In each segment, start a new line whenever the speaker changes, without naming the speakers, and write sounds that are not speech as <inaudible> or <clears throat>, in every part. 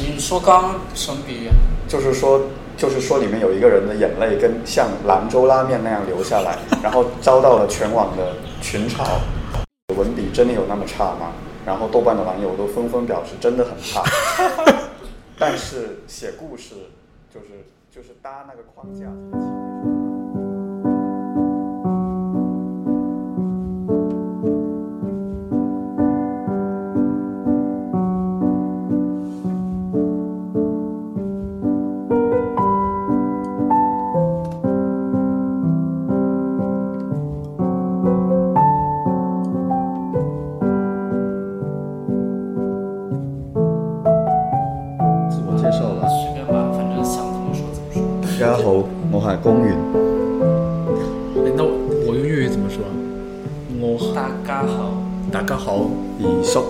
你说刚什么比喻？
就是说，就是说里面有一个人的眼泪跟像兰州拉面那样流下来， <laughs> 然后遭到了全网的群嘲。文笔真的有那么差吗？然后豆瓣的网友都纷纷表示真的很差。 <laughs> 但是写故事就是就是搭那个框架。自我介绍了，
随便吧，反正想怎么说怎么说。
然後我係公園。
哎那我我用粤语怎么说？我
大家好，
大家好，
二叔，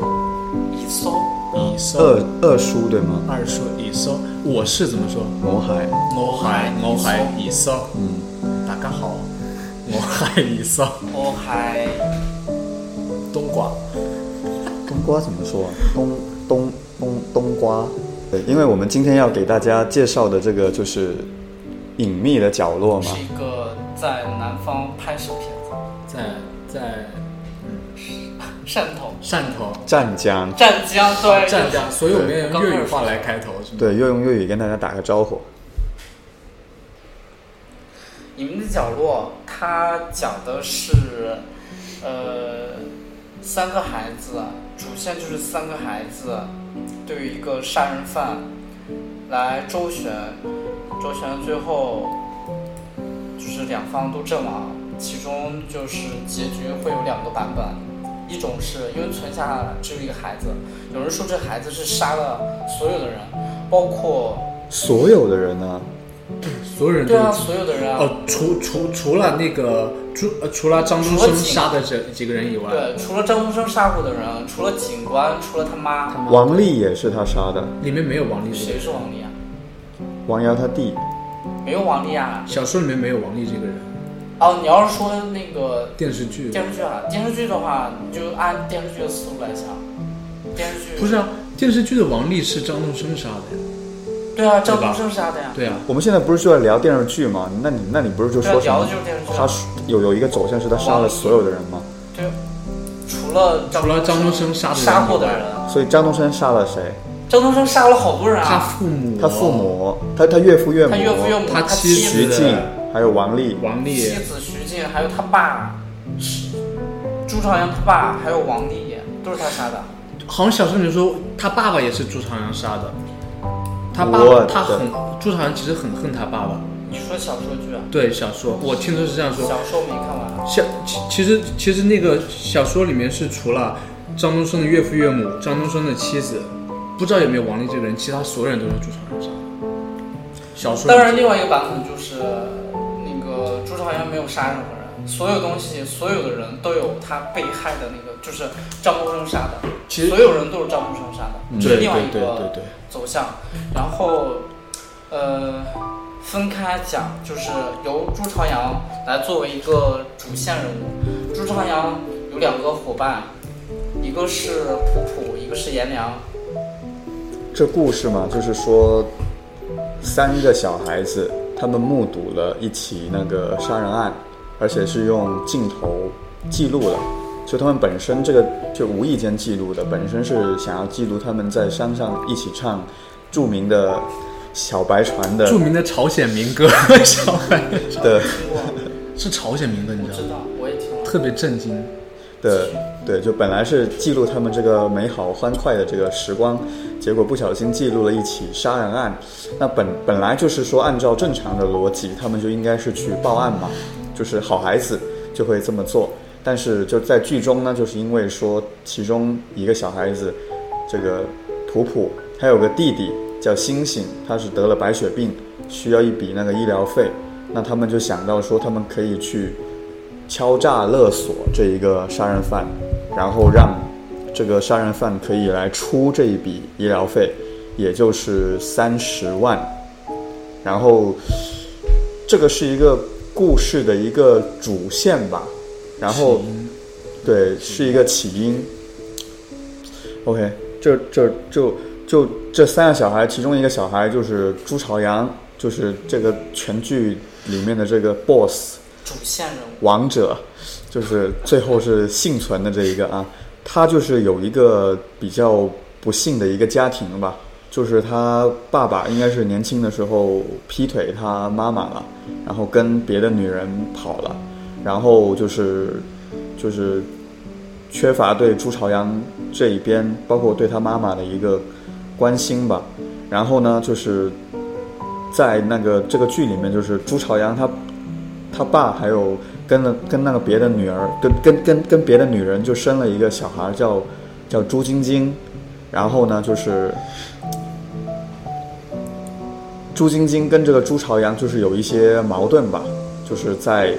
一搜
二叔，
二二叔对吗？
二叔，二叔，我是怎么说？
我係
我係我係二叔，
嗯，
大家好， <laughs> 我係二叔，
我还
冬瓜，
冬瓜怎么说啊？冬冬冬冬瓜。对，因为我们今天要给大家介绍的这个就是隐秘的角落嘛
是，一个在南方拍摄片子，
在在
汕头、
汕头，
湛江。
湛江，对，
湛江，所以我们要用
刚开始
粤语话来开头，是吗？
对，要用粤语跟大家打个招呼。
你们的角落，它讲的是，呃，三个孩子，主线就是三个孩子对于一个杀人犯来周旋，周旋最后就是两方都阵亡，其中就是结局会有两个版本，一种是因为存下只有一个孩子，有人说这孩子是杀了所有的人，包括
所有的人呢、
所有人都
对啊所有的人啊。
哦，除除除了那个朱呃，除了张东
除了
升
几
杀的这几个人以外，
对，除了张东升杀过的人，除了警官，除了他妈，
王丽也是他杀的，
里面没有王力这个
谁
人，
是王丽啊？
王瑶他弟。
没有王丽啊。
小说里面没有王力这个人，
哦，你要是说那个
电视剧
电视剧啊，电视剧的话，你就按电视剧的思路来想。电视剧
不是啊，电视剧的王力是张东升杀的呀，
对啊，张东升杀的呀。
对啊，
我们现在不是就在聊电视剧吗？那你那你不是就
对啊
说什
聊
么
的就是电视剧啊
他是有有一个走向是他杀了所有的人吗？
对，除了张
除了张东升杀
杀
的人
过的
以外
人，
所以张东升杀了谁？
张东升杀了好多人
他
啊，
父母，
他父，母，他他岳父岳母，
他岳父岳母，
他
他
妻
妻
子
徐
子、
静，还有王丽。
王力
妻，子徐静，还有他爸，朱朝阳他爸，还有王丽，都是他杀的。
好像小说里面说他爸爸也是朱朝阳杀的，他爸
我
爸
的
他很朱朝阳其实很恨他爸爸，
你说小说剧啊？
对小说我听说是这样说，
小说没看完，
小其其实其实那个小说里面是除了张东升的岳父岳母、张东升的妻子，不知道有没有王丽这个人，其他所有人都是朱朝阳杀的。小说
当然另外一个版本就是那个朱朝阳没有杀任何人，所有东西所有的人都有他被害的那个，就是张东升杀的，
其实嗯
所有人都是张东升杀的，这是
对对
另外
对
一
对
个
对，
走向。然后，呃，分开讲，就是由朱朝阳来作为一个主线人物。朱朝阳有两个伙伴，一个是普普，一个是颜良。
这故事嘛，就是说三个小孩子他们目睹了一起那个杀人案，而且是用镜头记录的。就他们本身这个就无意间记录的，本身是想要记录他们在山上一起唱著名的小白船的
著名的朝鲜
<laughs>
民歌，小白
的
听过，
是朝鲜民歌，你
我
知道
知
吗？
道，我也听了。
特别震惊。
的，对，就本来是记录他们这个美好欢快的这个时光，结果不小心记录了一起杀人案。那本本来就是说，按照正常的逻辑，他们就应该是去报案嘛，就是好孩子就会这么做。但是就在剧中呢，就是因为说其中一个小孩子，这个普普，还有个弟弟叫星星，他是得了白血病，需要一笔那个医疗费。那他们就想到说，他们可以去敲诈勒索这一个杀人犯，然后让这个杀人犯可以来出这一笔医疗费，也就是三十万。然后这个是一个故事的一个主线吧，然后对，是一个起因。OK，这这就就这三个小孩，其中一个小孩就是朱朝阳，就是这个全剧里面的这个 BOSS
主线人物，
王者，就是最后是幸存的这一个啊，他就是有一个比较不幸的一个家庭吧，就是他爸爸应该是年轻的时候劈腿他妈妈了，然后跟别的女人跑了，然后就是就是缺乏对朱朝阳这一边，包括对他妈妈的一个关心吧。然后呢，就是在那个这个剧里面，就是朱朝阳他他爸还有跟了跟那个别的女儿，跟跟跟跟别的女人就生了一个小孩叫叫朱晶晶，然后呢就是朱晶晶跟这个朱朝阳就是有一些矛盾吧，就是在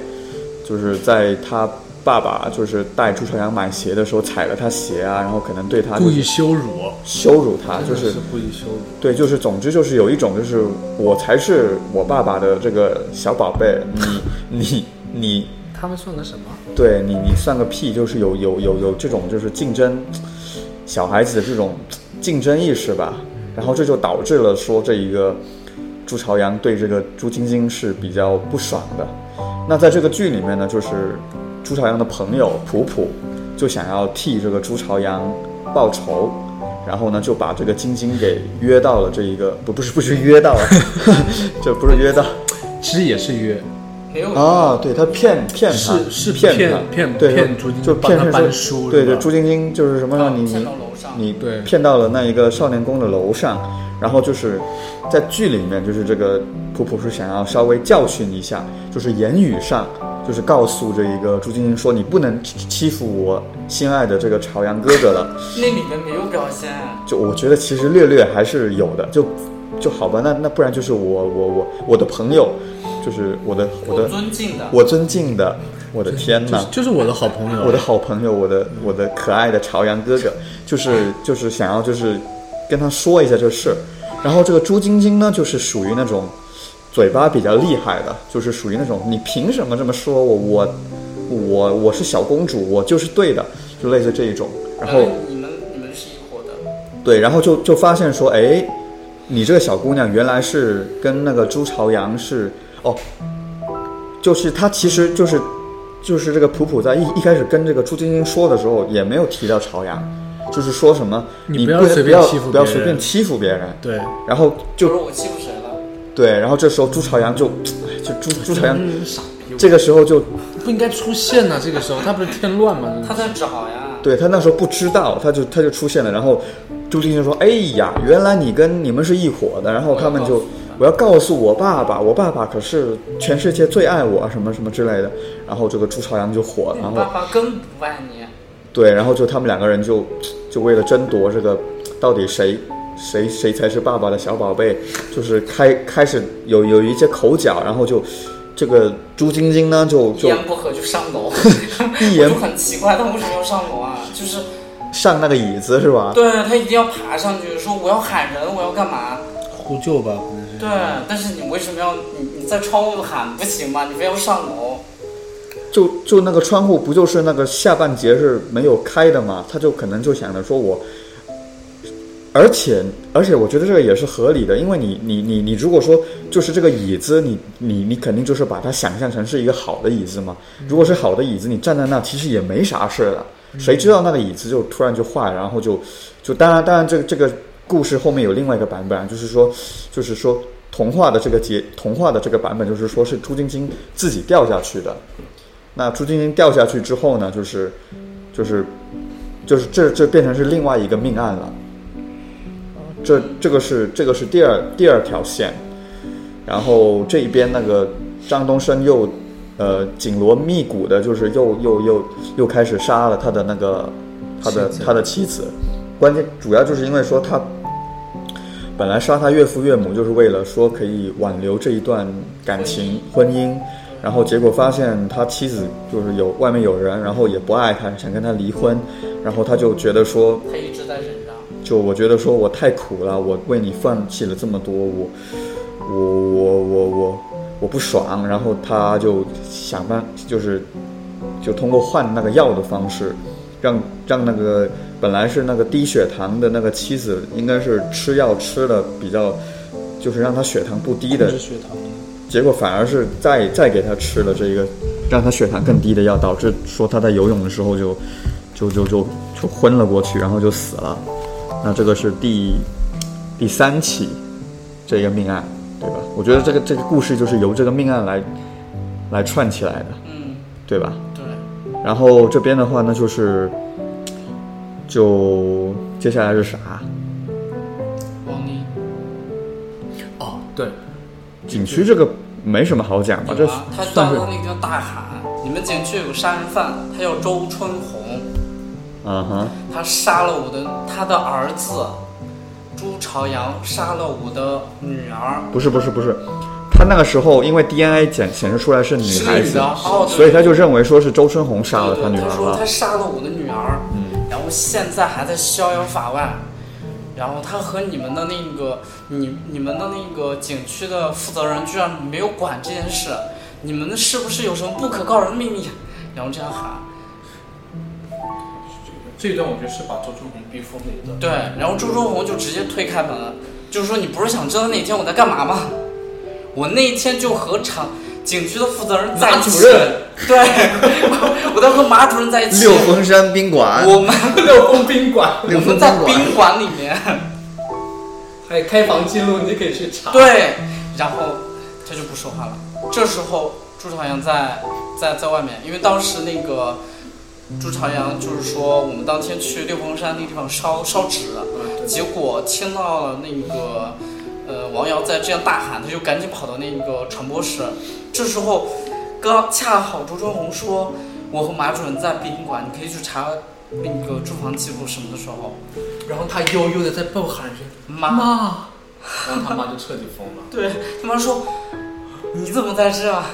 就是在他爸爸就是带朱朝阳买鞋的时候踩了他鞋啊，然后可能对他
故意羞辱，
羞辱他，就
真的
是
是故意羞辱。
对，就是总之就是有一种就是我才是我爸爸的这个小宝贝， <laughs> 你你你，
他们算个什么？
对你你算个屁，就是有有有有这种就是竞争小孩子的这种竞争意识吧，然后这就导致了说这一个朱朝阳对这个朱晶晶是比较不爽的。那在这个剧里面呢，就是朱朝阳的朋友普普就想要替这个朱朝阳报仇，然后呢就把这个晶晶给约到了这一个不不是不是约到了， <laughs> 这不是约到
其实也是约，
没有
啊，对他骗骗他
是是
骗他
骗骗
对
骗朱晶晶
就
帮他
骗
搬
是
书
对
是吧
对，朱晶晶就是什么让你
骗
你
到楼上，
你
对
骗到了那一个少年宫的楼上，然后就是在剧里面，就是这个普普是想要稍微教训一下，就是言语上，就是告诉这一个朱晶晶说你不能欺欺负我心爱的这个朝阳哥哥了。
那里面没有表现，
就我觉得其实略略还是有的，就就好吧，那那不然就是我我我我的朋友，就是我的我的
尊敬的，
我尊敬的，我的天
就
呐
是。就是我的好朋友，
我的好朋友，我的我的可爱的朝阳哥哥，就是就是想要就是跟他说一下这事。然后这个朱晶晶呢，就是属于那种嘴巴比较厉害的，就是属于那种你凭什么这么说我我我我是小公主，我就是对的，就类似这一种。然后
呃你们你们是一伙的，
对，然后就就发现说，哎，你这个小姑娘原来是跟那个朱朝阳是哦，就是她其实就是就是这个普普在一一开始跟这个朱晶晶说的时候，也没有提到朝阳，就是说什么
你
你
不要随
不
便
要
欺负
不要
别
随
人
便欺负别人，
对，
然后
就
就是
我欺负谁了，
对，然后这时候朱朝阳就哎就朱朱朝阳
嗯傻逼，
这个时候就
不应该出现呐、这个时候他不是添乱吗？
他在找呀，
对他那时候不知道，他就他就出现了，然后朱晶晶说：“哎呀，原来你跟你们是一伙的。”然后他们就我要告诉我爸爸，我爸爸可是全世界最爱我啊，什么什么之类的。然后这个朱朝阳就火了，然
你
后
爸爸更不爱你，
对，然后就他们两个人就就为了争夺这个到底谁谁谁才是爸爸的小宝贝，就是开开始有有一些口角，然后就这个朱晶晶呢就
一
就
言不合就上楼，
<laughs> 一
我
言
就很奇怪，他为什么要上楼啊？就是
上那个椅子是吧？
对他一定要爬上去，说我要喊人，我要干嘛？
呼救吧，可能是。
对，但是你为什么要你你在窗户喊不行吗？你非要上楼？
就就那个窗户不就是那个下半截是没有开的嘛？他就可能就想着说我，而且而且我觉得这个也是合理的，因为你你你你如果说就是这个椅子，你你你肯定就是把它想象成是一个好的椅子嘛。如果是好的椅子，你站在那其实也没啥事了，谁知道那个椅子就突然就坏，然后就就当然当然这个这个故事后面有另外一个版本啊，就是说就是说。童话的这个结，童话的这个版本就是说是朱晶晶自己掉下去的，那朱晶晶掉下去之后呢，就是，就是，就是这这变成是另外一个命案了。这这个是这个是第二第二条线，然后这一边那个张东升又，呃，紧锣密鼓的，就是又又又又开始杀了他的那个他的
妻子
他的妻子，关键主要就是因为说他本来杀他岳父岳母就是为了说可以挽留这一段感情婚姻，然后结果发现他妻子就是有外面有人，然后也不爱他，想跟他离婚，然后他就觉得说，
他一直在忍让，
就我觉得说我太苦了，我为你放弃了这么多，我我我我我我不爽，然后他就想办就是就通过换那个药的方式，让让那个本来是那个低血糖的那个妻子，应该是吃药吃的比较，就是让他血糖不低的
控制，血糖。
结果反而是再再给他吃了这一个让他血糖更低的药，导致说他在游泳的时候就就就就就昏了过去，然后就死了。那这个是第第三起这个命案，对吧？我觉得这个这个故事就是由这个命案来来串起来的，
嗯，
对吧？
对，
然后这边的话呢，就是就接下来是啥？
王妮，
哦，对，
景区这个没什么好讲吧？这
有啊，他
算
当
是
当那个大喊：“你们景区有个杀人犯，他叫周春红，
啊哈，
他杀了我的他的儿子朱朝阳，杀了我的女儿。”
不是不是不是，他那个时时候因为 DNA 显显示出来是女
是
孩
女
子
的，哦对
所以他就认为说是周春红杀了
对
他
对
女
他
儿啊嗯
说
了
他。杀了我的女儿，然后现在还在逍遥法外。然后他和你们的那个你你们的那个景区的负责人居然没有管这件事，你们是不是有什么不可告人的秘密？然后这样喊，
这一段我觉得是把周春红逼疯的一
<laughs>
段。
对，然后周周红就直接推开门，就说你不是想知道那天我在干嘛吗？我那一天就和厂景区的负责人在一起，
马主任
对， <laughs> 我我在和马主任在一起，
六峰山宾馆，
我们
六峰宾馆
六
我
峰
们
宾
在
馆
宾馆里面。
还有开房记录，你可以去查。
对，然后他就不说话了。这时候朱朝阳在在在外面，因为当时那个朱朝阳就是说我们当天去六峰山那个地方烧烧纸，结果听到了那个呃王瑶在这样大喊，他就赶紧跑到那个传播室。这时候刚恰好朱春红说我和马主任在宾馆，你可以去查那个住房记录什么的时候，
然后他悠悠的在背后喊一句“
妈
妈”，然后他妈就彻底疯了。
对他妈说你怎么在这啊？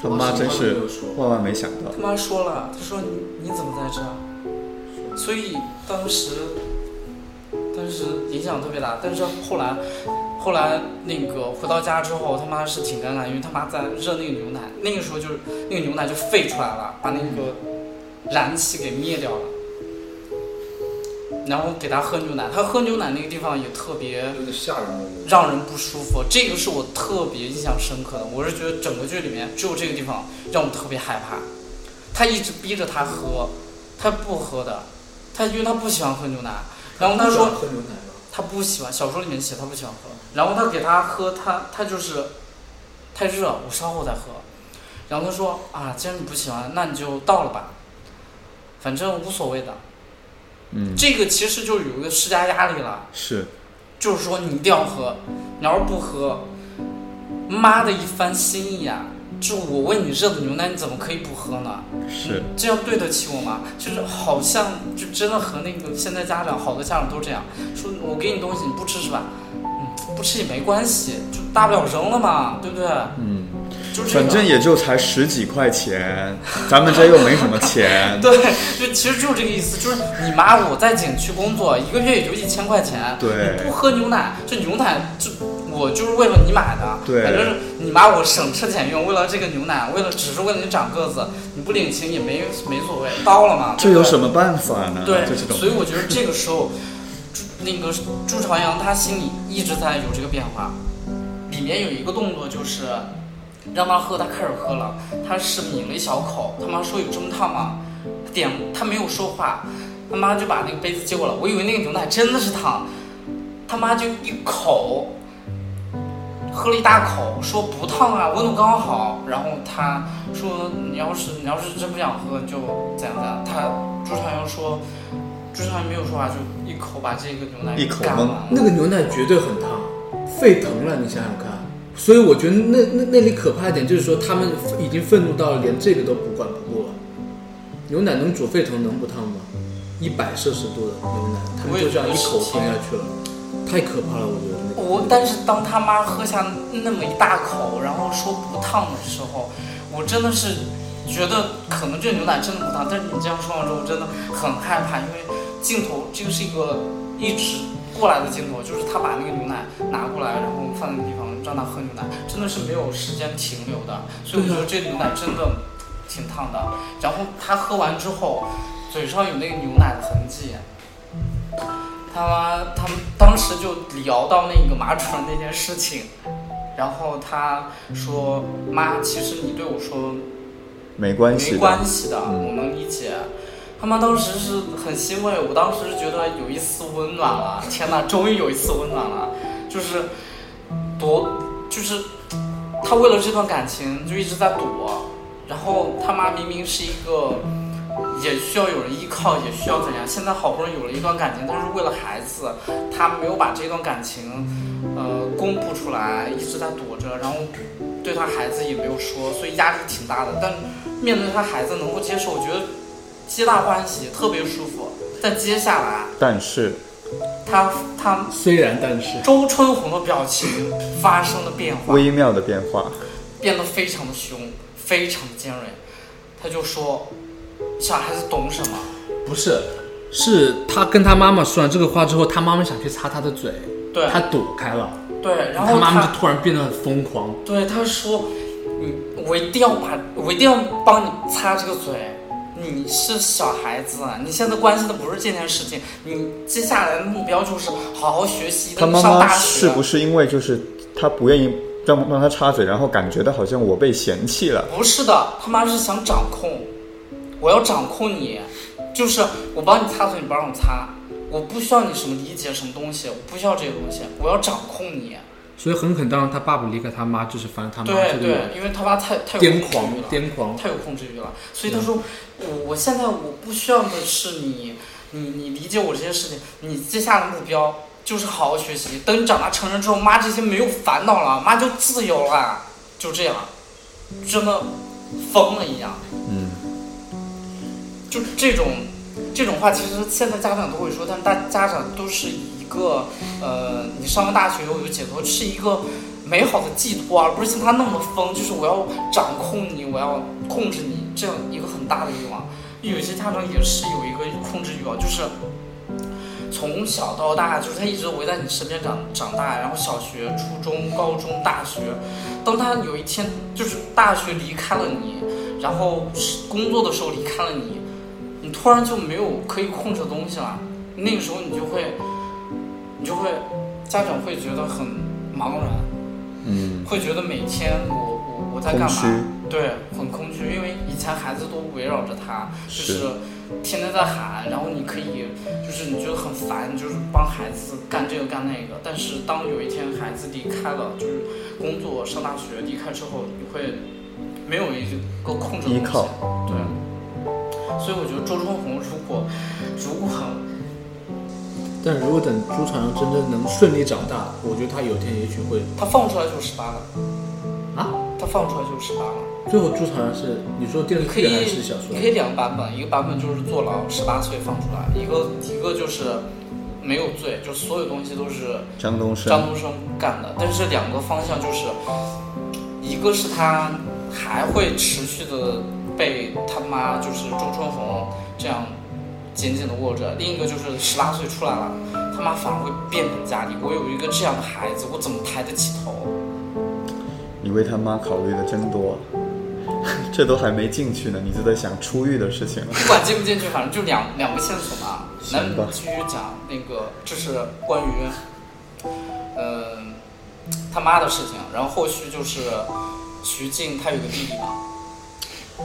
他妈真是万万没想到，
他妈说了，他说你你怎么在这儿？所以当时，当时影响特别大。但是后来，后来那个回到家之后，他妈是挺尴尬，因为他妈在热那个牛奶，那个时候就是那个牛奶就沸出来了，把那个燃气给灭掉了。然后给他喝牛奶，他喝牛奶那个地方也特别
有点吓人了。
让人不舒服，这个是我特别印象深刻的。我是觉得整个剧里面只有这个地方让我特别害怕。他一直逼着他喝，他不喝的，他因为他不喜欢喝牛奶，然后他说
喝牛奶吗？
他不喜欢，小说里面写他不喜欢喝，然后他给他喝，他他就是太热，我稍后再喝。然后他说啊，既然你不喜欢，那你就倒了吧，反正无所谓的。
嗯，
这个其实就是有一个施加压力了。
是
就是说你一定要喝，你要是不喝，妈的一番心意啊！就我为你热的牛奶，你怎么可以不喝呢？
是，
这样对得起我吗？就是好像就真的和那个现在家长，好多家长都这样说，我给你东西你不吃是吧？嗯，不吃也没关系，就大不了扔了嘛，对不对？
嗯，
就这个。
反正也就才十几块钱，咱们这又没什么钱，
对，就其实就是这个意思，就是你妈我在景区工作，一个月也就一千块钱，
对
你不喝牛奶，这牛奶就我就是为了你买的，
对
反正是你妈我省吃俭用，为了这个牛奶，为了只是为了你长个子，你不领情也没没所谓，刀了嘛，
这有什
么？
么办法呢？
对
就这，种
所以我觉得这个时候，朱那个朱朝阳他心里一直在有这个变化，里面有一个动作就是。让他喝，他开始喝了，他是抿了一小口，他妈说有这么烫吗？他点他没有说话，他妈就把那个杯子接过来，我以为那个牛奶真的是烫，他妈就一口喝了一大口，说不烫啊，温度刚好。然后他说你要是你要是真不想喝就怎样怎样。他朱朝阳说，朱朝阳没有说话，就一口把这个牛奶
一口
干完
闷
了。
那个牛奶绝对很烫，沸腾了，你想想看。所以我觉得那那那里可怕一点就是说，他们已经愤怒到了连这个都不管不顾了。牛奶能煮沸腾能不烫吗？一百摄氏度的牛奶，他们就这样一口吞下去了，太可怕了，我觉得那个。
我但是当他妈喝下那么一大口，然后说不烫的时候，我真的是觉得可能这牛奶真的不烫。但是你这样说完之后，我真的很害怕，因为镜头这个是一个一直过来的镜头，就是他把那个牛奶拿过来，然后放那个地方让他喝牛奶，真的是没有时间停留的。所以我觉得这牛奶真的挺烫的。然后他喝完之后，嘴上有那个牛奶的痕迹。他妈，他们当时就聊到那个马主任那件事情，然后他说：“妈，其实你对我说
没关
没
系的，
关系的，
嗯
我能理解。”他妈当时是很欣慰，我当时是觉得有一丝温暖了。天哪，终于有一丝温暖了，就是多，就是他为了这段感情就一直在躲，然后他妈明明是一个也需要有人依靠，也需要怎样，现在好不容易有了一段感情，但是为了孩子，他没有把这段感情呃公布出来，一直在躲着，然后对他孩子也没有说，所以压力挺大的。但面对他孩子能够接受，我觉得皆大欢喜，特别舒服。但接下来
但是
他他
虽然但是
周春红的表情发生了变化，
微妙的变化，
变得非常的凶，非常的尖锐。他就说：“小孩子懂什么？
不是，是他跟他妈妈说完这个话之后，他妈妈想去擦他的嘴，
对
他躲开了，
对。”然
他
后
妈妈就突然变得很疯狂。
对他说：“你我一定要把我一定要帮你擦这个嘴。”你是小孩子，啊你现在关心的不是这件事情，你接下来的目标就是好好学习，
他
等
妈
你上
妈
大学。
是不是因为就是他不愿意让让他插嘴，然后感觉到好像我被嫌弃了？
不是的，他妈是想掌控，我要掌控你，就是我帮你擦嘴，你帮我擦，我不需要你什么理解什么东西，我不需要这些东西，我要掌控你。
所以很可能，当他爸爸离开他妈，就是反正他妈
对
这
对
个，
因为他妈太太有
癫
控制
狂
欲了，
癫狂。
太有控制欲了，所以他说我我现在我不需要的是你，你你理解我这些事情，你接下来的目标就是好好学习，等你长大成人之后，妈这些没有烦恼了，妈就自由了，就这样，真的疯了一样。
嗯，
就这种这种话，其实现在家长都会说，但是大家长都是一个呃，你上了大学以后有解脱，是一个美好的寄托，而不是像他那么疯，就是我要掌控你，我要控制你这样一个很大的欲望。有些家长也是有一个控制欲望，就是从小到大，就是他一直围在你身边长长大，然后小学、初中、高中、大学，当他有一天就是大学离开了你，然后是工作的时候离开了你，你突然就没有可以控制的东西了，那个时候你就会，你就会，家长会觉得很茫然，
嗯，
会觉得每天我我我在干嘛
空？
对，很空虚，因为以前孩子都围绕着他，就是是天天在喊，然后你可以就是你觉得很烦，就是帮孩子干这个干那个，但是当有一天孩子离开了，就是工作上大学离开之后，你会没有一个控制的
依
东西
靠，嗯
对。所以我觉得周春红如果如果
但是如果等朱朝阳真正能顺利长大，我觉得他有一天也许会
他放出来就是十八了，
啊。
他放出来就是十八了。
最后朱朝阳是你说电
你
视
可
剧
以
还是小说
你？可以两个版本，一个版本就是坐牢十八岁放出来，一个一个就是没有罪，就所有东西都是
张东升
张东升干的。但是两个方向就是，一个是他还会持续的被他妈就是周春红这样紧紧的握着，另一个就是十八岁出来了，他妈反而会变本加厉。我有一个这样的孩子，我怎么抬得起头？
你为他妈考虑的真多、 <laughs> 啊，这都还没进去呢，你就在想出狱的事情了。
不管进不进去，反正就两两个线索嘛。那
行吧
你继续讲那个，就是关于，嗯、他妈的事情。然后后续就是徐静她有个弟弟嘛，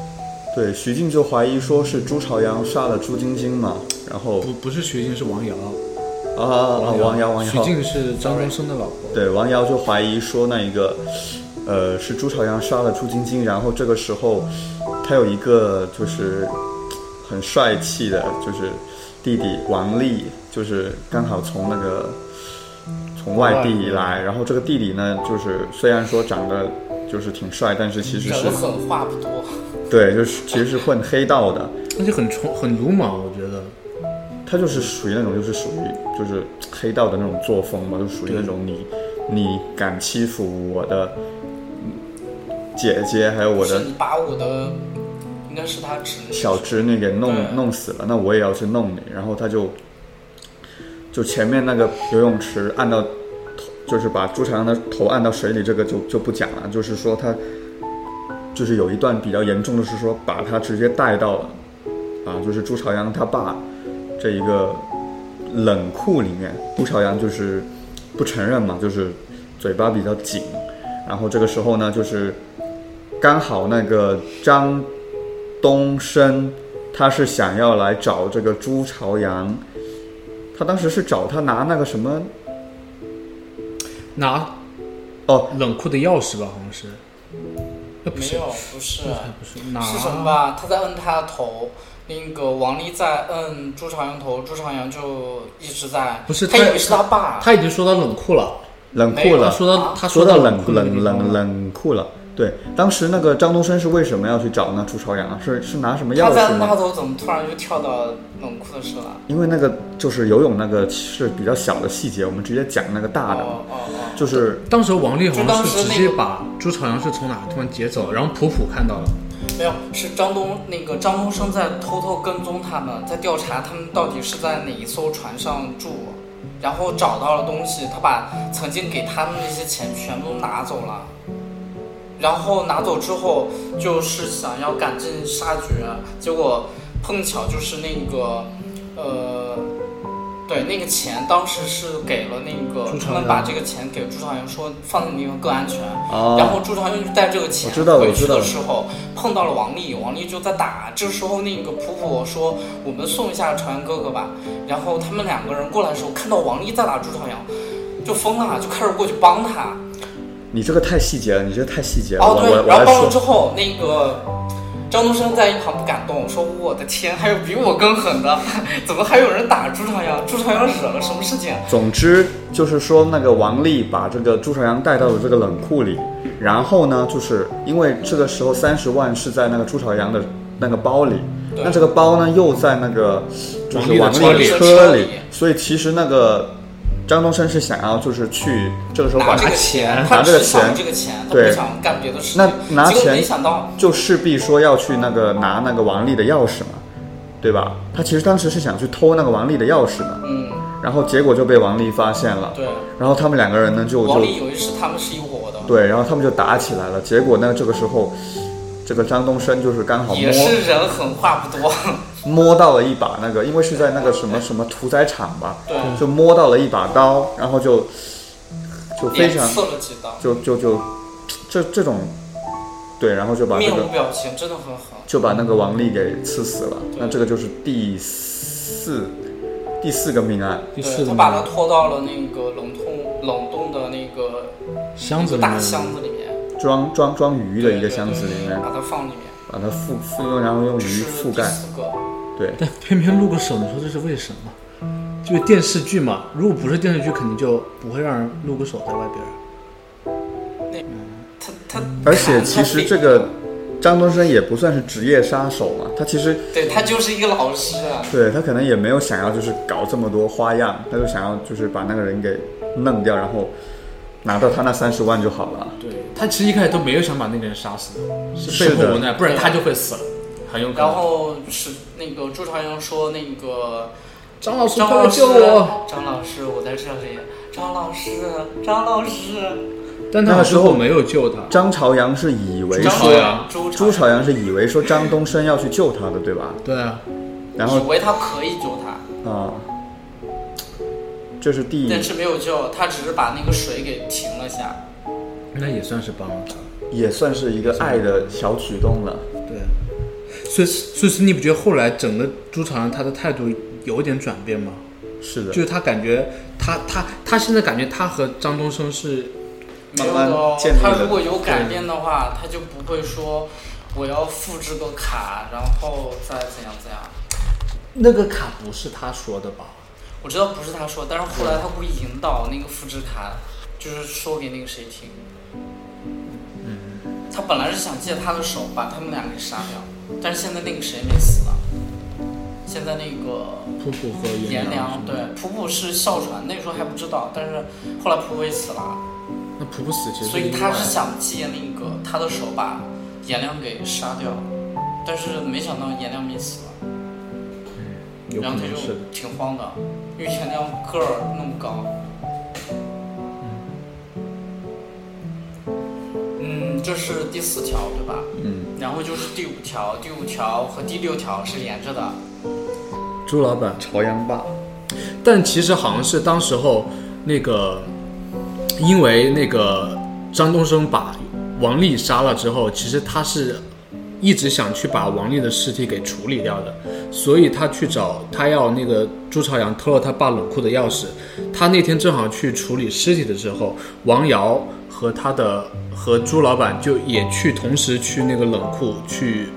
对，徐静就怀疑说是朱朝阳杀了朱晶晶嘛，然后
不不是徐静是王瑶，
啊啊，王瑶王
徐
瑶，
静是张东升的老婆。
对，王瑶就怀疑说那一个，呃，是朱朝阳杀了朱晶晶，然后这个时候他有一个就是很帅气的，就是弟弟王丽，就是刚好从那个从外地来，然后这个弟弟呢，就是虽然说长得就是挺帅，但是其实
长
是
得很话不多，
对，就是其实是混黑道的，
而且很冲很鲁莽，我觉得。
他就是属于那种，就是属于就是黑道的那种作风嘛，就属于那种你你敢欺负我的嗯姐姐，还有我
是
的
你把我的应该是他侄女
小侄女给弄
对
弄死了，那我也要去弄你。然后他就就前面那个游泳池按到头，就是把朱朝阳的头按到水里，这个就就不讲了。就是说他就是有一段比较严重的是说把他直接带到了啊，就是朱朝阳他爸这一个冷酷里面，朱朝阳就是不承认嘛，就是嘴巴比较紧，然后这个时候呢，就是刚好那个张东升他是想要来找这个朱朝阳，他当时是找他拿那个什么
拿
哦，
冷酷的钥匙吧，好像是。那不
没
是，
有，不是，
那还不是拿
是什么吧？他在摁他的头，那个王丽在摁朱朝阳头，朱朝阳就一直在，
不是
他
他
以为是他爸，
他已经说到冷酷了，
冷
没
酷
有
了
他。说到
啊
他
说
到
到冷
酷的那个
冷
地方
冷
了，
冷酷了，对，当时那个张东升是为什么要去找那朱朝阳啊？是是拿什么
他
钥
在
匙
摁他的？
吗
头，怎么突然就跳到冷酷的事了？
因为那个就是游泳那个是比较小的细节，我们直接讲那个大的，
哦哦哦，
就是
当时王力好
就当
像
时
是直
那
接
个
把朱朝阳是从哪个地方劫走，然后普普看到了，
没有，是张东那个张东升在偷偷跟踪他们，在调查他们到底是在哪一艘船上住，然后找到了东西，他把曾经给他们那些钱全部拿走了，然后拿走之后就是想要赶尽杀绝，结果碰巧就是那个，呃。对，那个钱当时是给了那个
朱，朝
他
阳
们把这个钱给朱朝阳说放在那地方更安全，然
哦，
后朱朝阳就带这个钱
我知道我
回去
知道
的时候碰到了王丽，王丽就在打。这时候那个普普说：“我们送一下朝阳哥哥吧。”然后他们两个人过来的时候，看到王丽在打朱朝阳，就疯了，就开始过去帮他。
你这个太细节了，你这个太细节了，
哦，
我
对
我，我
然后
来
帮了之
说，
后，那个张东升在一旁不敢动，说：“我的天，还有比我更狠的， <laughs> 怎么还有人打朱朝阳？朱朝阳惹了什么事情？”
总之就是说那个王丽把这个朱朝阳带到了这个冷库里，然后呢，就是因为这个时候三十万是在那个朱朝阳的那个包里，
对
那这个包呢又在那个就是
王
王
力
力
车里
的车
的
车
里
里，
所以其实那个张东升是想要就是去这个时候把
啊拿这个钱，
拿
他
这个
只想
钱
这个钱，他
对
不想干别的事
那
情。
拿
结果
钱
没想到。
就势必说要去那个拿那个王丽的钥匙嘛，对吧？他其实当时是想去偷那个王丽的钥匙的，
嗯，
然后结果就被王丽发现了，
对，
然后他们两个人呢就
王
就
力以为是他们是一伙的，
对，然后他们就打起来了。结果呢，这个时候这个张东升就是刚好摸
也是人狠话不多。
摸到了一把那个，因为是在那个什么什么屠宰场吧，
对，
就摸到了一把刀，然后就就非
连
常
刺了几刀，
就就就这这种，对，然后就把这
面
个
无表情，真的很狠。
就把那个王丽给刺死了。
对
那这个就是第四第四个命案，
第
对
四
他
个
把他拖到了那个冷冻冷冻的那个
箱子里
大
面
箱子里面，
装装装鱼的一
对
个箱子里
对
面，
把它放里面，
把它覆覆用，然后用
这
鱼
是
覆
第
盖。
四个。
对，
但偏偏录个手，你说这是为什么？就是电视剧嘛，如果不是电视剧，肯定就不会让人录个手在外边儿。
他他，
嗯而且其实这个张东升也不算是职业杀手嘛，他其实
对他就是一个老师啊，
对他可能也没有想要就是搞这么多花样，他就想要就是把那个人给弄掉，然后拿到他那三十万就好了。
对他其实一开始都没有想把那个人杀死的，
是
是被
的
迫无奈，不然他就会死了，很有可能。
然后是那个朱朝阳说那个
张老师，
张
快
老
来
师
救我！，
张老师，我在这里，张老师，张老师，
但
那
他
个时
时
候
候没有救他，
张朝阳是以为
朱
张
朝
老
说
阳
朱
朱朝
朝
阳是以为说张东升要去救他的，对吧？
对啊，
然后
以为他可以救他，
啊，这是第
但是没有救，他只是把那个水给停了下。
那也算是帮了他。
也算是一个爱的小举动了。
对，所以所以是你不觉得后来整个朱朝阳他的态度有点转变吗？
是的
就，是他感觉他他他现在感觉他和张东升是
没有
慢
的
慢
哦
建立，
他
了
如果有改变的话，他就不会说我要复制个卡，然后再怎样怎样。
那个卡不是他说的吧？
我知道不是他说，但是后来他会引导那个复制卡，就是说给那个谁听。
嗯
嗯他本来是想借他的手把他们俩给杀掉，但是现在那个谁没死了，现在那个
普普和
颜
颜良
良，，对，普普是哮喘，那时候还不知道，但是后来普普也死了，
那普普死其实
所以
意外
他是想借那个他的手把颜良给杀掉，但是没想到颜良没死了，
有可
然后他
能是的
就挺慌的，因为颜良个儿那么高。嗯，这是第四条对吧？
嗯，
然后就是第五条，第五条和第六条是连着的。
朱老板
朝阳坝，
但其实好像是当时候那个，因为那个张东升把王丽杀了之后，其实他是一直想去把王丽的尸体给处理掉的，所以他去找他要那个朱朝阳偷了他爸冷库的钥匙，他那天正好去处理尸体的时候，王瑶和他的和朱老板就也去同时去那个冷库去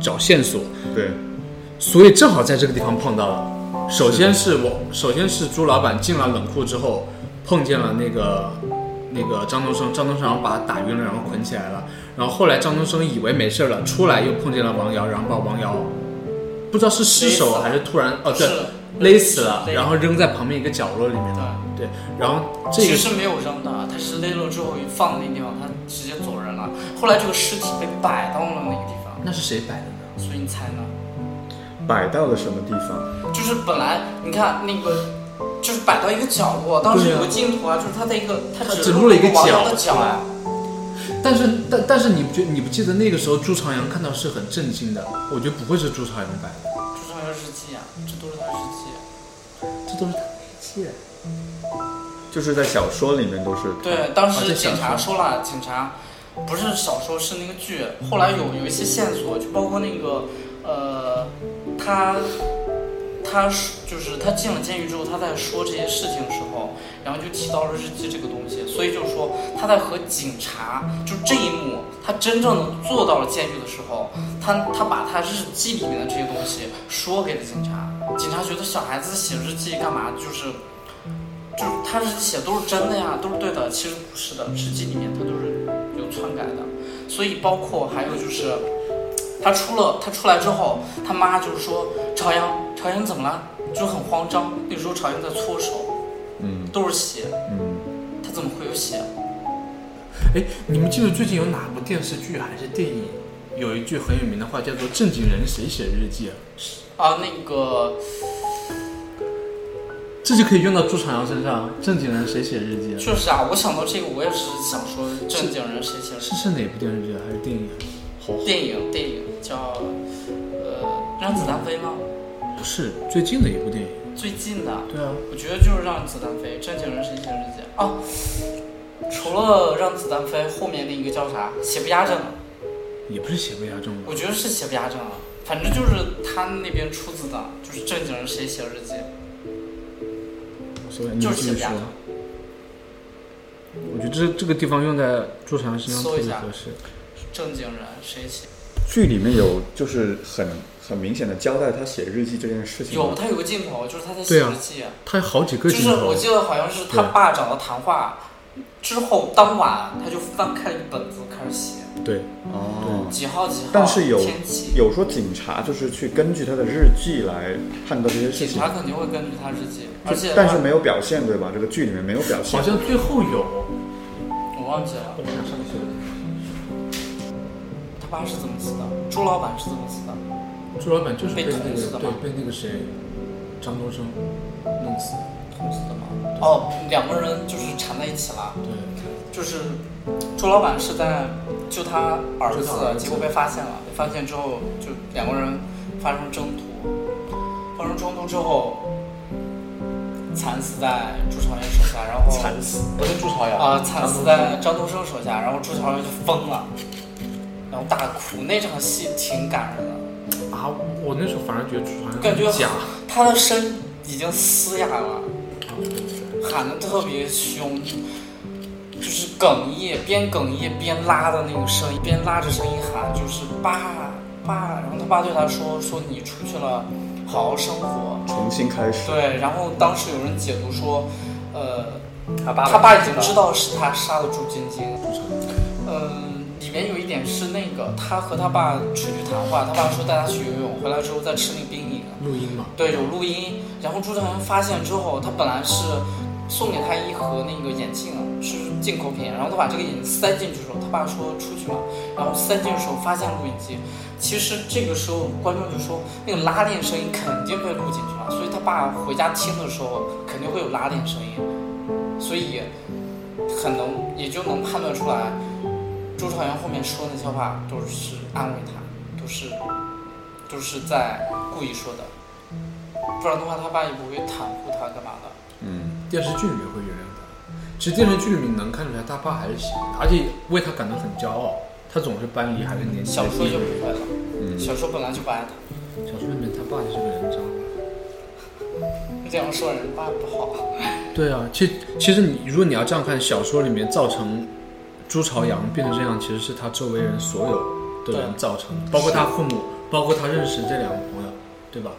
找线索，
对，
所以正好在这个地方碰到了。首先是我，首先是朱老板进了冷库之后，碰见了那个那个张东升，张东升然后把他打晕了，然后捆起来了。然后后来张东升以为没事了，出来又碰见了王瑶，然后把王瑶不知道是失
勒死
手
了
还是突然哦对
是
勒死了，
勒
然后扔在旁边一个角落里面
对
了。，对，然后这
其
个
实没有扔的，他是勒了之后放那地方，他直接走人了。后来这个尸体被摆到了那个地方，
那是谁摆的呢？
所以你猜呢？
摆到了什么地方？
就是本来你看那个，就是摆到一个角落，当时
对啊
有个镜头啊，就是他在一个他
他只
只
露了一个
王
角
瑶的
出来
脚，
但是但但是你不觉你不记得那个时候朱朝阳看到是很震惊的，我觉得不会是朱朝阳摆的。
朱朝阳日记啊，这都是他日记。啊
这都是他气啊的。
就是在小说里面都是
对，当
啊这
时
小
警察
说
说了，警察不是小说，是那个剧。后来有有一些线索，就包括那个呃，他他说就是他进了监狱之后，他在说这些事情的时候，然后就提到了日记这个东西，所以就说他在和警察就这一幕，他真正的坐到了监狱的时候，他他把他日记里面的这些东西说给了警察，警察觉得小孩子写日记干嘛，就是就是他日记写都是真的呀，都是对的，其实不是的，日记里面他都是有篡改的，所以包括还有就是。他出了，他出来之后，他妈就说：“朝阳，朝阳怎么了？”就很慌张。那时候朝阳在搓手，
嗯
都是血，
嗯，
他怎么会有血？
哎，你们记得最近有哪部电视剧还是电影，有一句很有名的话叫做“正经人谁写日记啊
啊，那个”，
这就可以用到朱朝阳身上。正经人谁写日记啊？
确实啊，我想到这个，我也是想说正经人谁写
是是哪部电视剧啊还是电影啊？好
电影电影叫呃让子弹飞吗？
不是最近的一部电影。
最近的，
对啊，
我觉得就是让子弹飞，正经人谁写日记啊？除了让子弹飞，后面那个叫啥？邪不压正，
也不是邪不压正吧？
我觉得是邪不压正啊。反正就是他那边出资的，就是正经人谁写日记。
所以你
就
们
是
继续
邪不
说
压。
我觉得这这个地方用在朱朝阳身上
搜
特
一
别
下
合适。
正经人谁写？
剧里面有就是很很明显的交代他写日记这件事情吗。
有，他有个镜头，就是他在写
对啊
日记。
他有好几个
就
镜
是
头
我，记得好像是他爸找他谈话之后，当晚他就翻开了一本子开始写，
对，
哦，
几号几号，
但是有
天气，
有说警察就是去根据他的日记来判断这些事
警
情
察，肯定会根据他日记，而且
但是
他
没有表现对吧？这个剧里面没有表现
好。像最后有。
我忘记了
我想上去
他爸是怎么死的，朱老板是怎么死的，
了。朱老板就是被那
被捅死
个
的
对
吗
被那个谁，张东升弄死的。
捅死的吗？哦，两个人就是缠在一起了，
对，
就是朱老板是在救他儿
救他儿
子，
子
结果被发现了，被发现之后就两个人发生冲突，发生冲突之后惨死在朱朝阳手下，然后
惨死，不是朱朝阳
啊、惨死在张东升手下，然后朱朝阳就疯了，然后大哭。那场戏挺感人的，
啊，我那时候反而觉得楚传
感觉
假，
他的身已经撕哑了，
啊对
喊得特别凶，就是哽咽，边哽咽边拉的那个声音，边拉着声音喊，就是爸爸。然后他爸对他说：“说你出去了，好好生活。
重新开”始。
对，然后当时有人解读说，呃，
他爸
他爸已经知道是他杀的朱晶晶。
楚传，
嗯，里面有一点是那个他和他爸出去谈话，他爸说带他去游泳，回来之后再吃那个冰饮。啊
录音嘛，
对，有录音。然后朱朝阳发现之后，他本来是送给他一盒那个眼镜，是进口品，然后他把这个眼镜塞进去的时候，他爸说出去嘛，然后塞进去的时候发现录影机。其实这个时候观众就说那个拉链声音肯定被录进去了，所以他爸回家听的时候肯定会有拉链声音，所以很能也就能判断出来周朝阳后面说那些话都是安慰他，都是都是在故意说的，不然的话他爸也不会袒护他干嘛的。
嗯，
电视剧里面会原谅他，其实电视剧里面能看出来他爸还是喜欢他，而且为他感到很骄傲。他总是班里还是年级的
嗯小
第
说
一
就不
名。
会了，
嗯
小说本来就不爱他，
小说里面他爸就是个人渣。
你这样说人爸不好。
对啊，其其实你如果你要这样看，小说里面造成朱朝阳变成这样，其实是他周围人所有的人
对
造成的，包括他父母，包括他认识这两个朋友，对吧？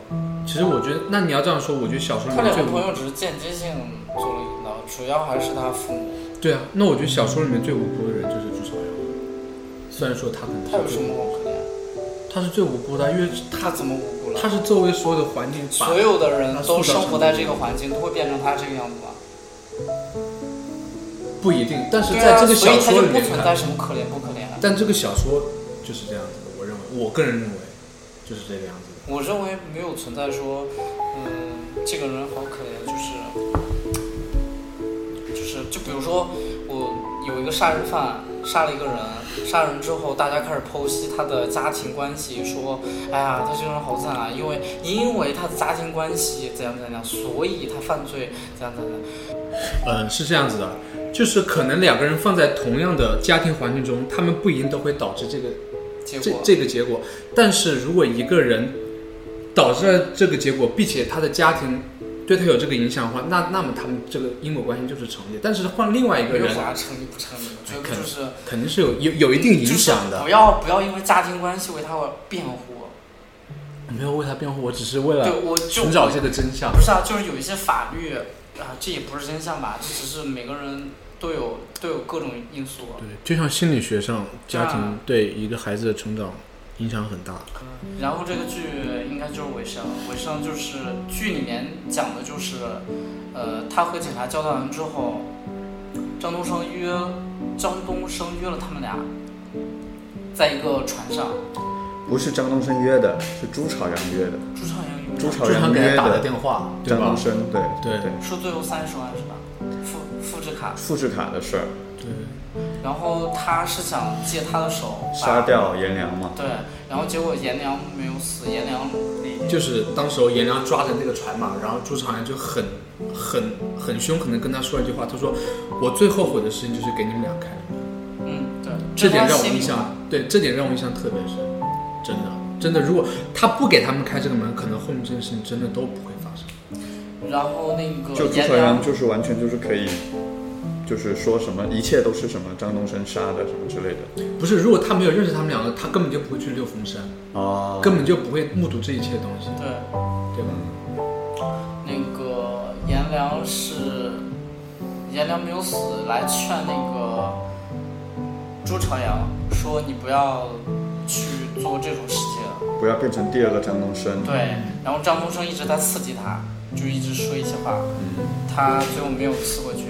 其实我觉得，那你要这样说，我觉得小说里
他
面
两
最
个
无
朋友只是间接性做了引导，主要还是他父母。
对啊，那我觉得小说里面最无辜的人就是朱朝阳，虽然说他可能
他有
是
什
最
么好可怜？
他是最无辜的，因为
他怎么无辜了？
他是周围所有的环境把
所有的人都生活在
他塑造成
这个环境，都会变成他这个样子吗？
不一定，但是
对
在
啊，
这个
所以
小
他就
说
不
里面
存
看
在什么可怜不可怜。啊
但这个小说就是这样子的，我认为，我个人认为就是这个样子的。
我认为没有存在说，嗯，这个人好可怜，就是，就是，就比如说我有一个杀人犯杀了一个人，杀人之后大家开始剖析他的家庭关系，说，哎呀，他这个人好惨啊，因为因为他的家庭关系怎样怎样，所以他犯罪怎样怎样。
嗯，是这样子的，就是可能两个人放在同样的家庭环境中，他们不一定都会导致这个
结
这
果
这个结果。但是如果一个人导致了这个结果，并且他的家庭对他有这个影响的话，那那么他们这个因果关系就是成立。但是换另外一个
没有
人，
啥成立不成立，我觉得就是。
肯定是有有有一定影响
就是
的
不。要不要因为家庭关系为他辩护。
没有为他辩护，我只啊是为
对
了，
我就
寻找这个真相
不。是啊，就是有一些法律啊，这也不是真相吧，这只是每个人都有都有各种因素。啊
对，就像心理学上，家
对
庭
啊
对一个孩子的成长影响很大。
然后这个剧应该就是尾声，尾声就是剧里面讲的就是，呃，他和警察交代完之后，呃张东升约张东升约了他们俩，在一个船上，
不是张东升约的，是朱朝阳约的，
朱朝阳有
朱朝
朱
阳
常给
约
他打了
的
电话，对
张
吧
东？升，对
对
对，
说最后三十万是吧？复复制卡
复制卡的事儿，
对，
然后他是想借他的手把
杀。掉颜良嘛，
对，然后结果颜良没有死，颜良
就是当时候颜良抓着那个船嘛，然后朱常阳就很很很凶，可能跟他说了一句话，他说：“我最后悔的事情就是给你们俩开了门。
嗯，对，”
这点
在他
让我
心
印
里
象，对，这点让我印象特别深，真的真的，如果他不给他们开这个门，可能后面这件事情真的都不会发生。
然后那
就
个
朱
颜
朝
良
阳，就是完全就是可以，就是说什么一切都是什么张东升杀的什么之类的，
不是，如果他没有认识他们两个，他根本就不会去六峰山，
哦
根本就不会目睹这一切东西，
对，
对吧？
那个颜良是颜良没有死，来劝那个朱朝阳说你不要去做这种事情。
不要变成第二个张东升，
对，然后张东升一直在刺激他，就一直说一些话，
嗯，
他最后没有刺过去，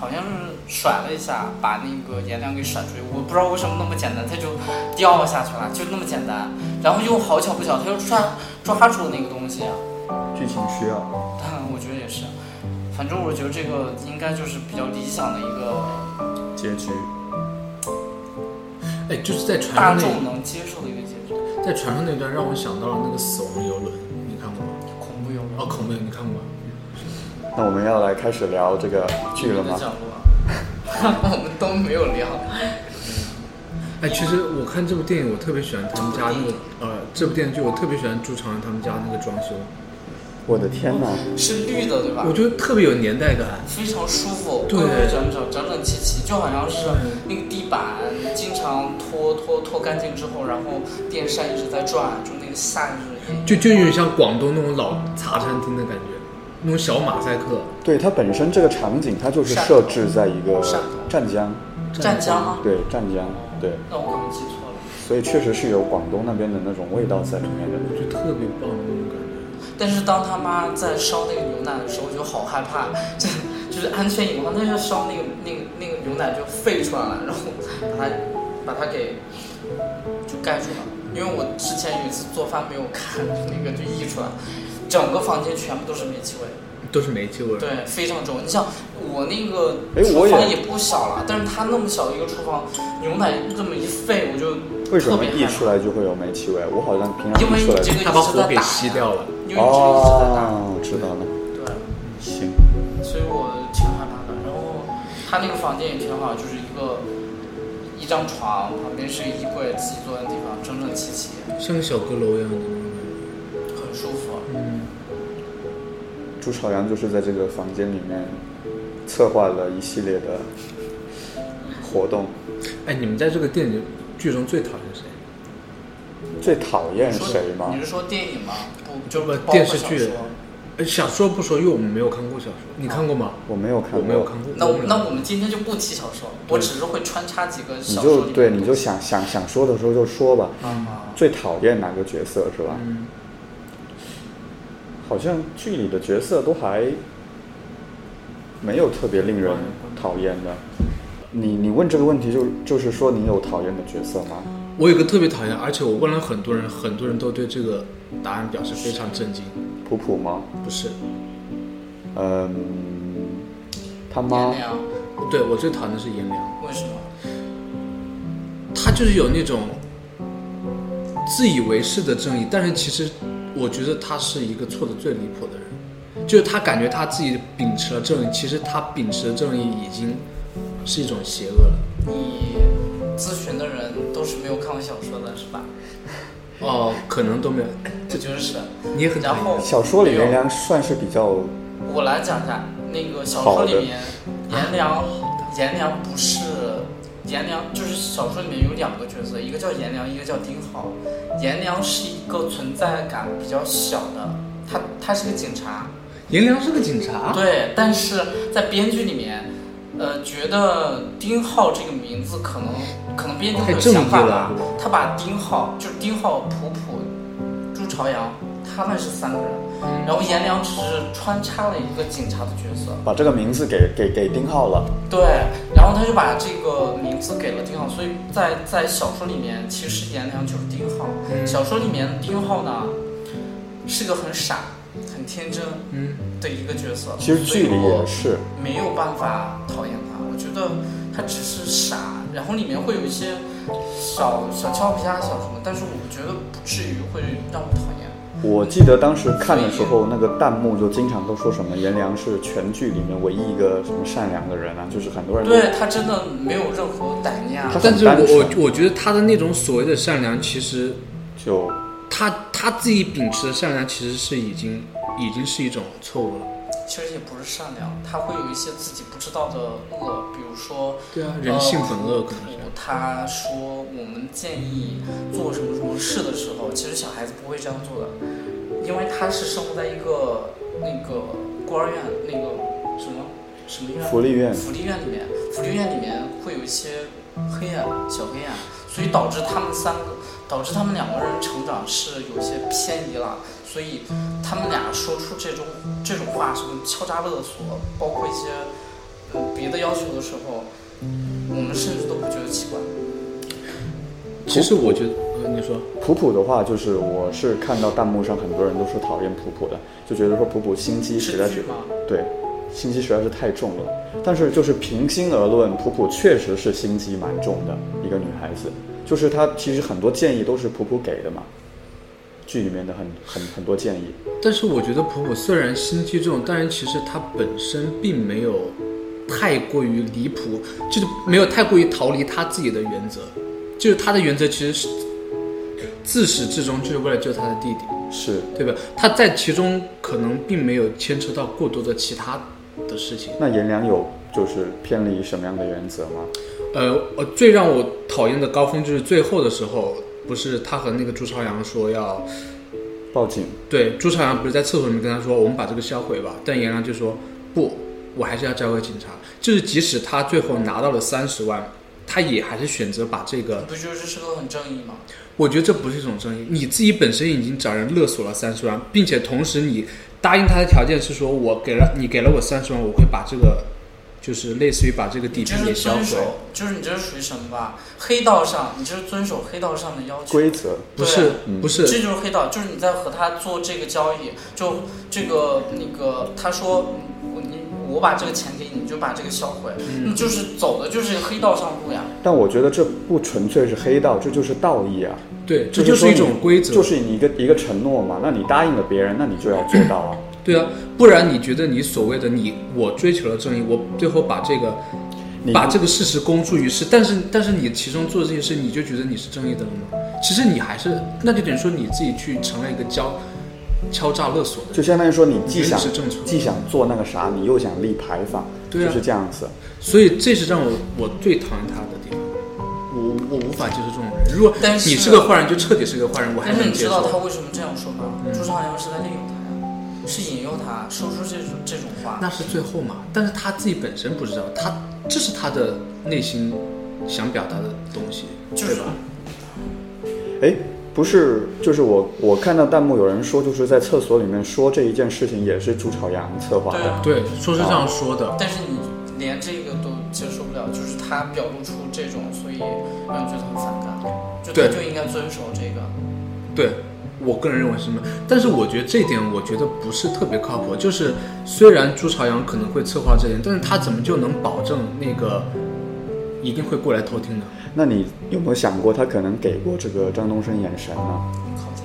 好像是甩了一下，把那个颜良给甩出去。我不知道为什么那么简单，他就掉下去了，就那么简单。然后又好巧不巧，他又抓抓住了那个东西。啊
剧情需要，
但我觉得也是，反正我觉得这个应该就是比较理想的一个
结局，
哎，就是在船
大
上那
众能接受的一个结局。
在船上那段让我想到了那个死亡游轮，你看过吗？
恐怖游轮
哦，恐怖游轮你看过吗？
那我们要来开始聊这个剧了吗
的？角落，我们都没有聊。
哎，其实我看这部电影，我特别喜欢他们家那个呃，这部电视剧我特别喜欢朱常他们家那个装修，
我的天哪，
是绿的对吧
我？觉得特别有年代感。
非常舒服，
对
规规整整、整整齐齐，就好像是那个地板经常拖拖拖干净之后，然后电扇一直在转，就那个夏日也
就就有点像广东那种老茶餐厅的感觉，那种小马赛克。
对它本身这个场景，它就是设置在一个
汕头
湛江，
湛江吗？
对湛江，对，
那我可能记错了，
所以确实是有广东那边的那种味道在里面的。
我觉得特别棒的那种感觉。
但是当他妈在烧那个牛奶的时候，我就好害怕， <laughs> 这就是安全隐患。但是烧那个那个那个牛奶就沸出来了，然后把它把它给就盖住了。因为我之前有一次做饭没有看那个就溢出来，整个房间全部都是煤气味。
都是煤气味儿。
对，非常重。你想，我那个
哎
厨
我也
房也不小了，但是它那么小的一个厨房，牛奶这么一沸，我就
为什
特
么
别
溢
害
出
怕
来就会有煤气味？我好像平
因
常
为你
溢出来
这个
就
一直
它把火
在
给
打
吸
呀
掉了
因为你这个一直在打。
哦，知道了，
对，
行，
所以我挺害怕的。然后他那个房间也挺好，就是一个一张床，旁边是衣柜，自己坐的地方，整整齐齐，
像个小阁楼一样的那种感
很舒服。
觉。嗯，
朱朝阳就是在这个房间里面策划了一系列的活动。
哎，你们在这个电影剧中最讨厌谁？
最讨厌
你说
谁吗
你？是说电影吗？不，就
不
是包
电
括
视
小
剧
说
呃，小说不说，因为我们没有看过小说。你看过吗？
我没有看
我
过，
没有看过。
那我
们
那我们今天就不提小说，我只是会穿插几个
你
小说
就
里面
对，
的
你就
东西
想想想说的时候就说吧。
啊，
最讨厌哪个角色是吧？
嗯，
好像剧里的角色都还没有特别令人讨厌的。你你问这个问题就就是说你有讨厌的角色吗？
我有个特别讨厌，而且我问了很多人，很多人都对这个答案表示非常震惊。
普普吗？
不是，
嗯，他妈
娘娘
对我最讨厌的是颜良，
啊为什么？
他就是有那种自以为是的正义，但是其实我觉得他是一个错的最离谱的人，就是他感觉他自己秉持了正义，其实他秉持的正义已经是一种邪恶了。
你咨询的人都是没有看过小说的是吧？
哦，可能都没有，
我觉得是。
你也很讨
然后
厌
小说里
没有
颜良算是比较
我来讲一下那个小
好
说
的
里面，颜良，颜良不是颜良，就是小说里面有两个角色，一个叫颜良，一个叫丁浩。颜良是一个存在感比较小的，他他是个警察，
颜良是个警察，
对，但是在编剧里面，呃，觉得丁浩这个名字可能可能编剧会有
太正义
想法吧
了对吧，
他把丁浩就是丁浩、普普、朱朝阳他们是三个人，
嗯
然后颜良只是穿插了一个警察的角色，
把这个名字给给给丁浩了。
对，然后他就把这个名字给了丁浩，所以在在小说里面，其实颜良就是丁浩。
嗯
小说里面丁浩呢，是个很傻、很天真
嗯，
的一个角色，
其实剧
所以
里
我
也是，
没有办法讨厌他，我觉得他只是傻，然后里面会有一些小小俏皮啊、小什么，但是我觉得不至于会让我讨厌。
我记得当时看的时候，那个弹幕就经常都说什么颜良是全剧里面唯一一个什么善良的人啊，就是很多人都
对他真的没有任何歹念啊，
他
但是
很单
我
纯
我我觉得他的那种所谓的善良，其实
就
他他自己秉持的善良，其实是已经已经是一种错误了。
其实也不是善良，他会有一些自己不知道的恶，比如说呃
对啊，人性本恶可能是。
他说我们建议做什么什么事的时候，其实小孩子不会这样做的，因为他是生活在一个那个孤儿院那个什么什么院
福利院
福利院里面，福利院里面会有一些黑暗小黑暗，所以导致他们三个导致他们两个人成长是有些偏移了，所以他们俩说出这种这种话，什么敲诈勒索，包括一些嗯别的要求的时候，我们甚至都不觉得奇怪。
其实我觉得，呃，你说，
普普的话，就是我是看到弹幕上很多人都说讨厌普普的，就觉得说普普心机实在
是
是
吗？
对，心机实在是太重了。但是就是平心而论，普普确实是心机蛮重的一个女孩子，就是她其实很多建议都是普普给的嘛，剧里面的很很很多建议。
但是我觉得普普虽然心机重，但是其实他本身并没有太过于离谱，就是没有太过于逃离他自己的原则，就是他的原则其实是自始至终就是为了救他的弟弟。
是，
对吧？他在其中可能并没有牵扯到过多的其他的事情。
那颜良有就是偏离什么样的原则吗？
呃，呃，最让我讨厌的高峰就是最后的时候，不是他和那个朱朝阳说要，
报警，
对，朱朝阳不是在厕所里面跟他说我们把这个销毁吧，但颜良就说不，我还是要交给警察。就是即使他最后拿到了三十万，他也还是选择把这个
不觉得这是个很正义吗？
我觉得这不是一种正义。你自己本身已经找人勒索了三十万，并且同时你答应他的条件是说，我给了你给了我三十万，我会把这个就是类似于把这个底
你就
片给
是
销
遵
毁。
守，就是你这是属于什么吧？黑道上，你就是遵守黑道上的要求。
规则，
不
对
是
嗯
不
这
是，
就是黑道，就是你在和他做这个交易，就这个那个，他说嗯我你我把这个钱给你，你就把这个销毁，
嗯
那就是走的就是黑道上路呀。
但我觉得这不纯粹是黑道，这就是道义啊，
嗯
对，这
就
就是
说
一
你
种规则，
就是你一个一个承诺嘛。那你答应了别人，那你就要做到啊。
对啊，不然你觉得你所谓的你我追求了正义，我最后把这个
你
把这个事实公诸于世，但是但是你其中做的这些事，你就觉得你是正义的了吗？其实你还是，那就等于说你自己去成了一个敲敲诈勒索的人。
就相当于说你既
你
想
是正常
既想做那个啥，你又想立牌坊，
对啊
就是这样子。
所以这是让我我最讨厌他的地方，我我无法接受这种人。如果
但是
你是个坏人，就彻底是个坏人，我还
但是
能
你
接
知道他
受。嗯
为什么这样说吗？朱朝阳是在利用他呀，是引诱他说出这种这种话。
那是最后嘛，但是他自己本身不知道，他这是他的内心想表达的东西，
就是
对吧？
哎，不是，就是我我看到弹幕有人说，就是在厕所里面说这一件事情也是朱朝阳策划
对
的。
啊，
对，说是这样说的。
但是你连这个都接受不了，就是他表露出这种，所以让人觉得很反感。就
对
他就应该遵守这个。
对，我个人认为是什么？但是我觉得这一点，我觉得不是特别靠谱。就是虽然朱朝阳可能会策划这点，但是他怎么就能保证那个一定会过来偷听呢？
那你有没有想过，他可能给过这个张东升眼神呢？
靠近。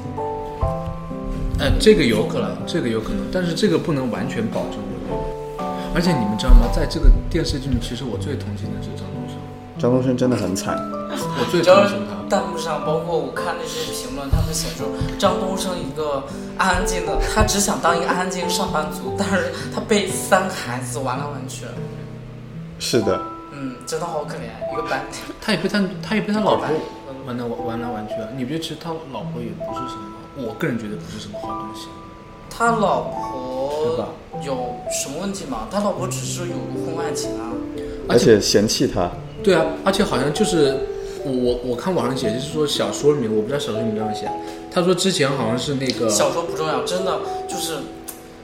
呃，这个有可能，这个有可能，但是这个不能完全保证。我觉得而且你们知道吗？在这个电视剧里，其实我最同情的是张东升，
张东升真的很惨。
我最
你知
同
道
情他。
弹幕上，包括我看那些评论，他们写出张东升一个安安静的，他只想当一个安静上班族，但是他被三个孩子玩来玩去，
是的，
嗯，真的好可怜，一个白
他也被他，他也被他老婆玩来玩玩来玩去啊！你不觉得其实他老婆也不是什么，我个人觉得不是什么好东西。
他老
对吧
婆有什么问题吗？他老婆只是有婚外情啊，
而且嫌弃他。
对啊，而且好像就是我我我看网上写，就是说小说里面，我不知道小说里面这样写，他说之前好像是那个
小说不重要，真的就是。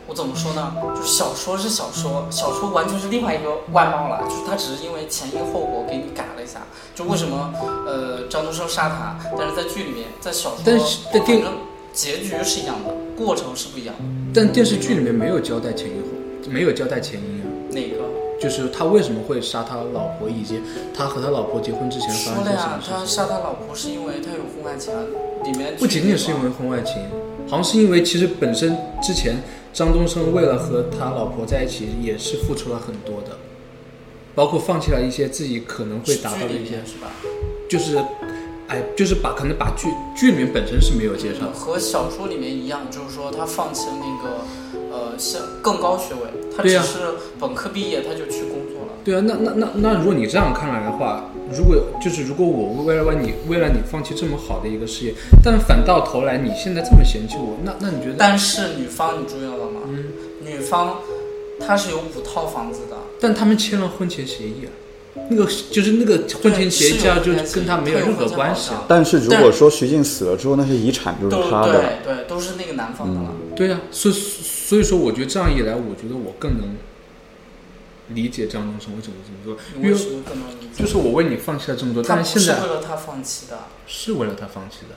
我怎么说呢？就是小说是小说，小说完全是另外一个外貌了。就是他只是因为前因后果给你改了一下。就为什么呃张东升杀他，但是在剧里面，在小说，
嗯但是在电
反正结局是一样的，过程是不一样的。
但电视剧里面没有交代前因后，没有交代前因啊，
哪个？
就是他为什么会杀他老婆，以及他和他老婆结婚之前发
说了
生些什
呀
么，事
他
情。
杀他老婆是因为他有婚外情啊，里面
不仅仅是因为婚外情，好像是因为其实本身之前张东升为了和他老婆在一起，也是付出了很多的，包括放弃了一些自己可能会
是
达到
剧
的
里
一些
面是吧？
就是，哎，就是把可能把剧剧里面本身是没有介绍的，
和小说里面一样，就是说他放弃了那个呃像更高学位，他只
对呀
是本科毕业他就去工作了。
对啊，那那那那如果你这样看来的话，如果就是如果我为了为你为了你放弃这么好的一个事业，但反到头来你现在这么嫌弃我，那那你觉得？
但是女方你注意到了吗？
嗯
女方她是有五套房子的，
但他们签了婚前协议啊，那个就是那个婚前协议，这样就跟他没有任何关系。
啊。
但是如果说徐静死了之后，那些遗产就是
都
他的了。
对对，都是那个男方的了。
对啊，所以所以说，我觉得这样一来，我觉得我更能理解张东升为什么这么做，
你
因
为
为
什么更能理解？
就是我为你放弃了这么多，
他
但
不
是现
是
在
为了他放弃的。
是为了他放弃的。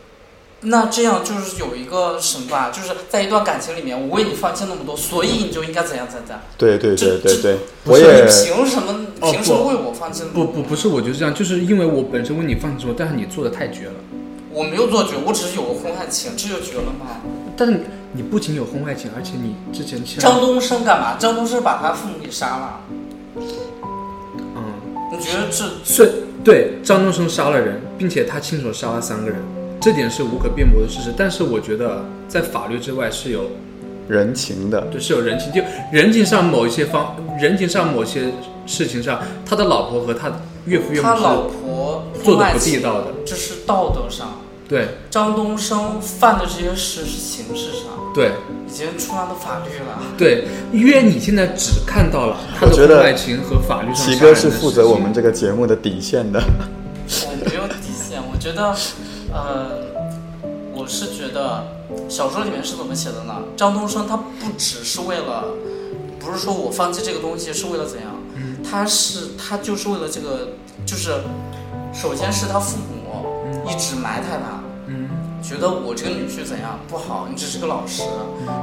那这样就是有一个什么吧，就是在一段感情里面，我为你放弃那么多，所以你就应该怎样怎样。
对对对
这
对
这
对，
不
我
是
也
你凭什么？
哦
凭什么
不
为我放弃那么多
不不不是，我觉得这样，就是因为我本身为你放弃了，但是你做的太绝了。
我没有做绝，我只是有过婚外情，这就绝了吗？
但是你不仅有婚外情，而且你之前欠
张东升干嘛？张东升把他父母给杀了，
嗯，
你觉得这
是对张东升杀了人，并且他亲手杀了三个人，这点是无可辩驳的事实。但是我觉得在法律之外是有
人情的。
对是有人情，就人情上某一些方，人情上某些事情上，他的老婆和他岳父岳母
他老
是
婆婚
做的
外
不地
情，
道的。
这是道德上。
对
张东升犯的这些事是形式上，
对
已经触犯到法律了。
对，因为你现在只看到了他的
我觉得
婚外情和法律上
奇
杀
哥
人
是
的
负
事
责我
情
们这个节目的底线的。
我没有底线，我觉得，呃，我是觉得小说里面是怎么写的呢？张东升他不只是为了，不是说我放弃这个东西是为了怎样，他是他就是为了这个，就是首先是他父母一直埋汰他，
嗯
觉得我这个女婿怎样不好，你只是个老实。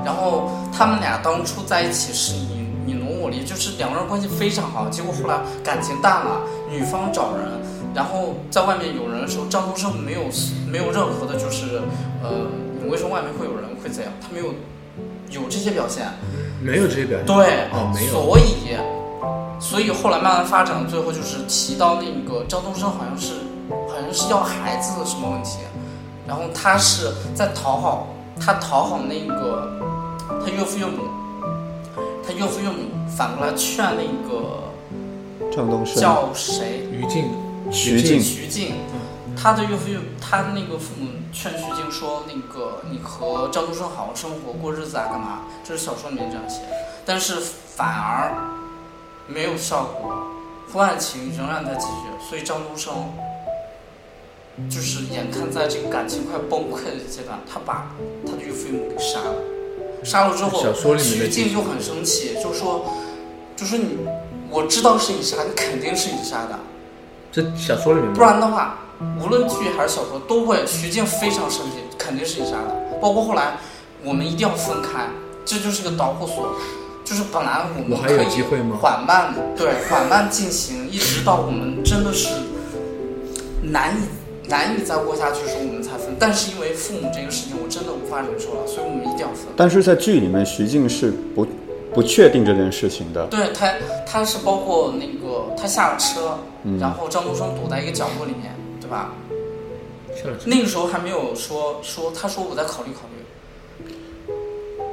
然后他们俩当初在一起是你你侬我侬，就是两个人关系非常好。结果后来感情淡了，女方找人，然后在外面有人的时候，张东升没有没有任何的，就是呃，你为什么外面会有人会这样？他没有有这些表现，
没有这些表现。
对，
哦没有
所以所以后来慢慢发展，最后就是提到那个张东升好像是好像是要孩子的什么问题，然后他是在讨好他讨好那个他岳父岳母，他岳父岳母反过来劝那个
张东升、
叫谁
于静，
徐静、
徐静。他的岳父岳他那个父母劝徐静说，那个你和张东升好好生活过日子啊，干嘛？这是小说里面这样写的，但是反而没有效果，婚外情仍然在继续，所以张东升就是眼看在这个感情快崩溃的阶段，他把他的岳父岳母给杀了，杀了之后，
小说里面的
徐静就很生气，就说就说你我知道是你杀，你肯定是你杀的，
这小说里面没有
不然的话，无论剧还是小说，都会徐静非常生气，肯定是你杀的。包括后来，我们一定要分开，这就是个导火索。就是本来我
我
们
还
可
有机
以
会吗？
缓慢，对，缓慢进行，一直到我们真的是难以难以再过下去的时候，我们才分。但是因为父母这个事情，我真的无法忍受了，所以我们一定要分。
但是在剧里面，徐静是不不确定这件事情的。
对他，他是包括那个他下了车，
嗯
然后张东升躲在一个角落里面，对吧？
下了车
那个时候还没有说说，他说我再考虑考虑。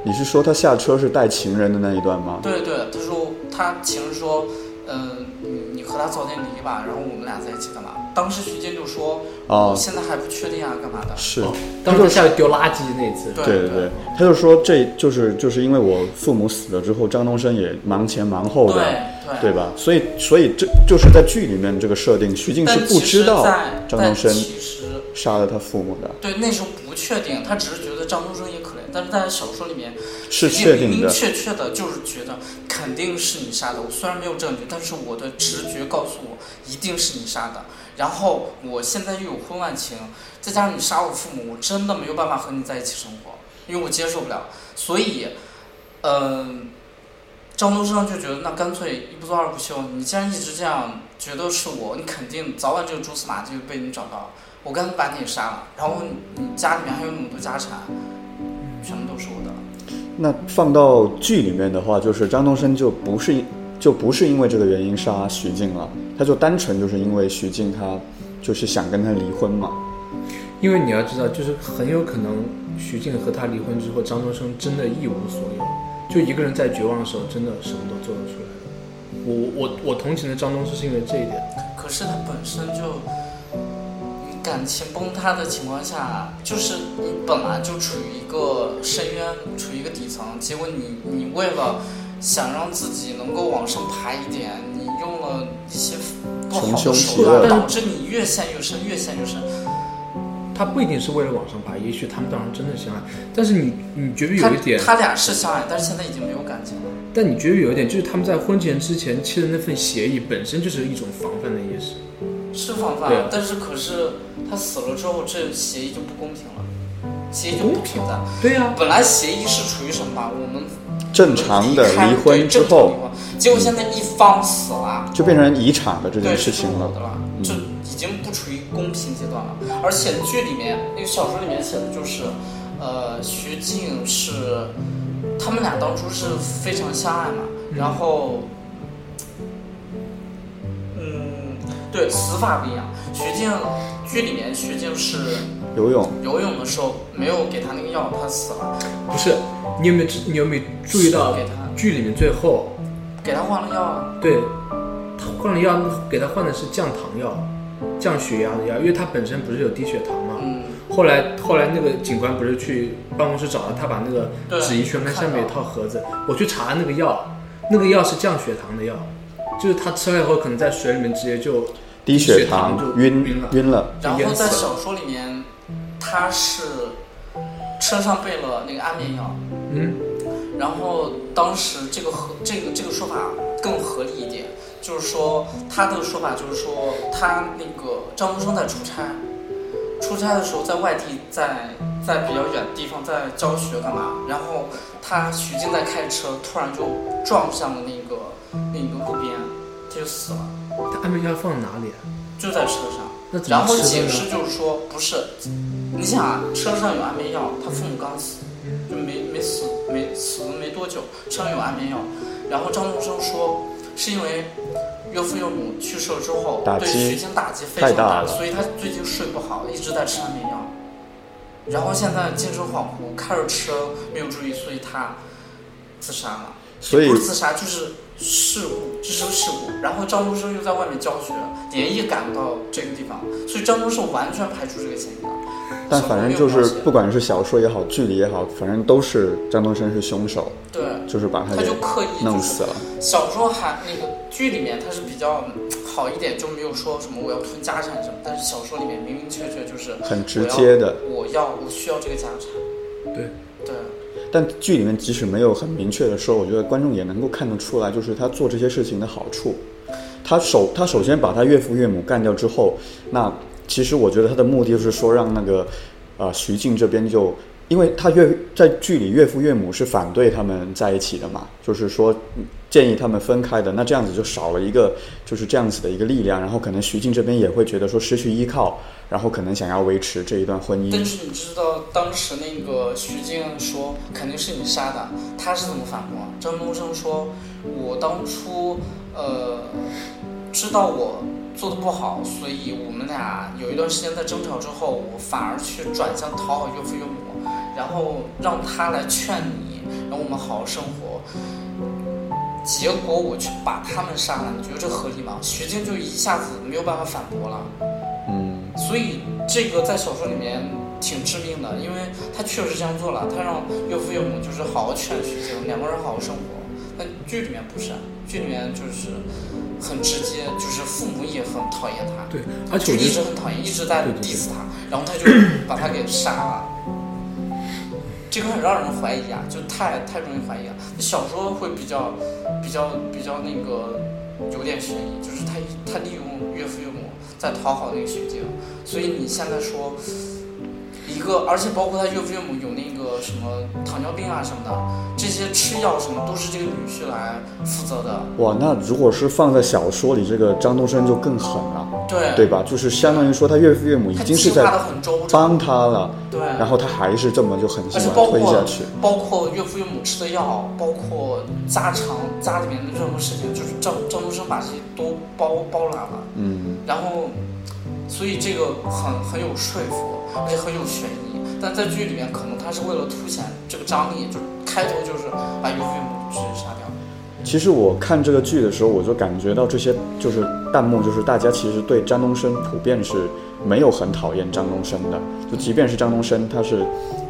你是说他下车是带情人的那一段吗？
对对，他说他情人说，嗯、你你和他早点离吧，然后我们俩在一起干嘛？当时徐静就说，
哦
我现在还不确定啊，干嘛的？
是，
哦当时下去丢垃圾那次，
对
对对对，他就说这就是就是因为我父母死了之后，张东升也忙前忙后
对
的，
对
对吧？所以所以这就是在剧里面这个设定，徐静是
但
不
其实
知道
在
张东升
但其实
杀了他父母的，
对那时候不确定，他只是觉得张东升也可怜，但是在小说里面
是
徐静
确定
明明
的。
确确的，就是觉得肯定是你杀的。我虽然没有证据，但是我的直觉告诉我一定是你杀的。然后我现在又有婚外情，再加上你杀我父母，我真的没有办法和你在一起生活，因为我接受不了。所以，嗯、张东升就觉得那干脆一不做二不休。你既然一直这样觉得是我，你肯定早晚这个蛛丝马迹就被你找到。我干脆把你也杀了，然后你你家里面还有那么多家产，全部都是我的。
那放到剧里面的话，就是张东升就不是就不是因为这个原因杀徐静了，他就单纯就是因为徐静他就是想跟他离婚嘛。
因为你要知道，就是很有可能徐静和他离婚之后，张东升真的一无所有，就一个人在绝望的时候，真的什么都做得出来了。我我我同情的张东升是因为这一点，
可是他本身就，你感情崩塌的情况下，就是你本来就处于一个深渊，处于一个底层，结果你你为了想让自己能够往上爬一点，你用了一些不好
穷
的
凶
手
极
段，
恶
导致你越陷越深，越陷越深。
他不一定是为了往上爬，也许他们当时真的相爱，但是你你觉得
他
有一点，
他俩是相爱，但是现在已经没有感情了。
但你觉得有一点，就是他们在婚前之前签的那份协议本身就是一种防范的意识。
是防范
对啊，
但是可是他死了之后，这协议就不公平了，协议就
不
不
公
存在。
对呀、
本来协议是处于什么吧？我们
正常的离婚之后，
对，结果现在一方死了，
就变成遗产的这
对，
件事情
是
嗯了嗯
我。的了，这已经不处于公平阶段了。而且剧里面那个小说里面写的就是，呃，徐静是他们俩当初是非常相爱嘛，然后，嗯，对，死法不一样。徐静剧里面徐静是
游泳
游泳的时候没有给他那个药，他死了，
不是，你有没有你有没有注意到
给他
剧里面最后，
给他换了药啊。
对他换了药，给他换的是降糖药，降血压的药，因为他本身不是有低血糖嘛。
嗯，
后来后来那个警官不是去办公室找他，他把那个
对
纸一圈跟
看
下面有一套盒子，我去查那个药，那个药是降血糖的药，就是他吃了以后可能在水里面直接就
低
血
血
糖
糖
就
晕
晕了
晕了，
然
淹
后
死
在
了
小说里面，他是车上备了那个安眠药，
嗯
然后当时这个合这个这个说法更合理一点，就是说他这个说法就是说他那个张东升在出差，出差的时候在外地在，在比较远的地方在教学干嘛，然后他徐静在开车，突然就撞向了那个那个路边，他就死了，
他安眠药放哪里啊？
就在车上。
那怎
然
么
后
吃
解
的
释
呢？
就是说，不是，你想啊，车上有安眠药，他父母刚死，就没没死，没死了没多久，车上有安眠药。然后张东升说，是因为岳父岳母去世了之后
打，
对
击
徐静打击非
太
常
大了
所以他最近睡不好，一直在吃安眠药。然后现在精神恍惚，开着车没有注意，所以他自杀了。
所以
不是自杀就是事故，这是事故。然后张东升又在外面教学，连夜赶到这个地方，所以张东升完全排除这个嫌疑了。
但
小
反
朋
正
友
就
描
是
写
不管是小说也好，剧里也好，反正都是张东升是凶手，
对，
就是把他
他
给
就刻意
弄
就是
死了。
小说还那个剧里面他是比较好一点，就没有说什么我要吞家产什么，但是小说里面明明确确就是
很直接的，
我要我需要这个家产。
对，
对，
但剧里面即使没有很明确的说，我觉得观众也能够看得出来，就是他做这些事情的好处。他首他首先把他岳父岳母干掉之后，那其实我觉得他的目的就是说让那个呃徐静这边就，因为他岳在剧里岳父岳母是反对他们在一起的嘛，就是说嗯建议他们分开的，那这样子就少了一个就是这样子的一个力量，然后可能徐静这边也会觉得说失去依靠，然后可能想要维持这一段婚姻
但。是你知道当时那个徐静说肯定是你杀的，他是怎么反驳？张东升说，我当初呃知道我做的不好，所以我们俩有一段时间在争吵之后，我反而去转向讨好岳父岳母，然后让他来劝你，让我们好好生活。结果我去把他们杀了，你觉得这合理吗？徐静就一下子没有办法反驳了。
嗯，
所以这个在小说里面挺致命的，因为他确实这样做了，他让岳父岳母就是好好劝徐静，两个人好好生活。但剧里面不是，啊剧里面就是很直接，就是父母也很讨厌他，
对，而
就
且我
一
觉
直
得
很讨厌，一直在
对对对
diss 他，然后他就把他给杀了。这个很让人怀疑啊，就太太容易怀疑了。小说会比较比较比较那个有点悬疑，就是他他利用岳父岳母在讨好那个徐静，所以你现在说一个，而且包括他岳父岳母有那个什么糖尿病啊什么的，这些吃药什么都是这个女婿来负责的，
哇，那如果是放在小说里，这个张东升就更狠了，
对
对吧？就是相当于说他岳父岳母已
他
经是
计划
在
的很周到，
帮他了，
对，
然后他还是这么就狠
而
心
且
把
包
他
括
推下去。
包括岳父岳母吃的药，包括家常家里面的任何事情，就是张张东升把这些都包包揽了，
嗯，
然后，所以这个很很有说服，而且很有悬疑。但在剧里面，可能他是为了凸显这个张力，就开头就是把岳父岳母直接杀掉。
其实我看这个剧的时候，我就感觉到这些就是弹幕，就是大家其实对张东升普遍是没有很讨厌张东升的，就即便是张东升，他是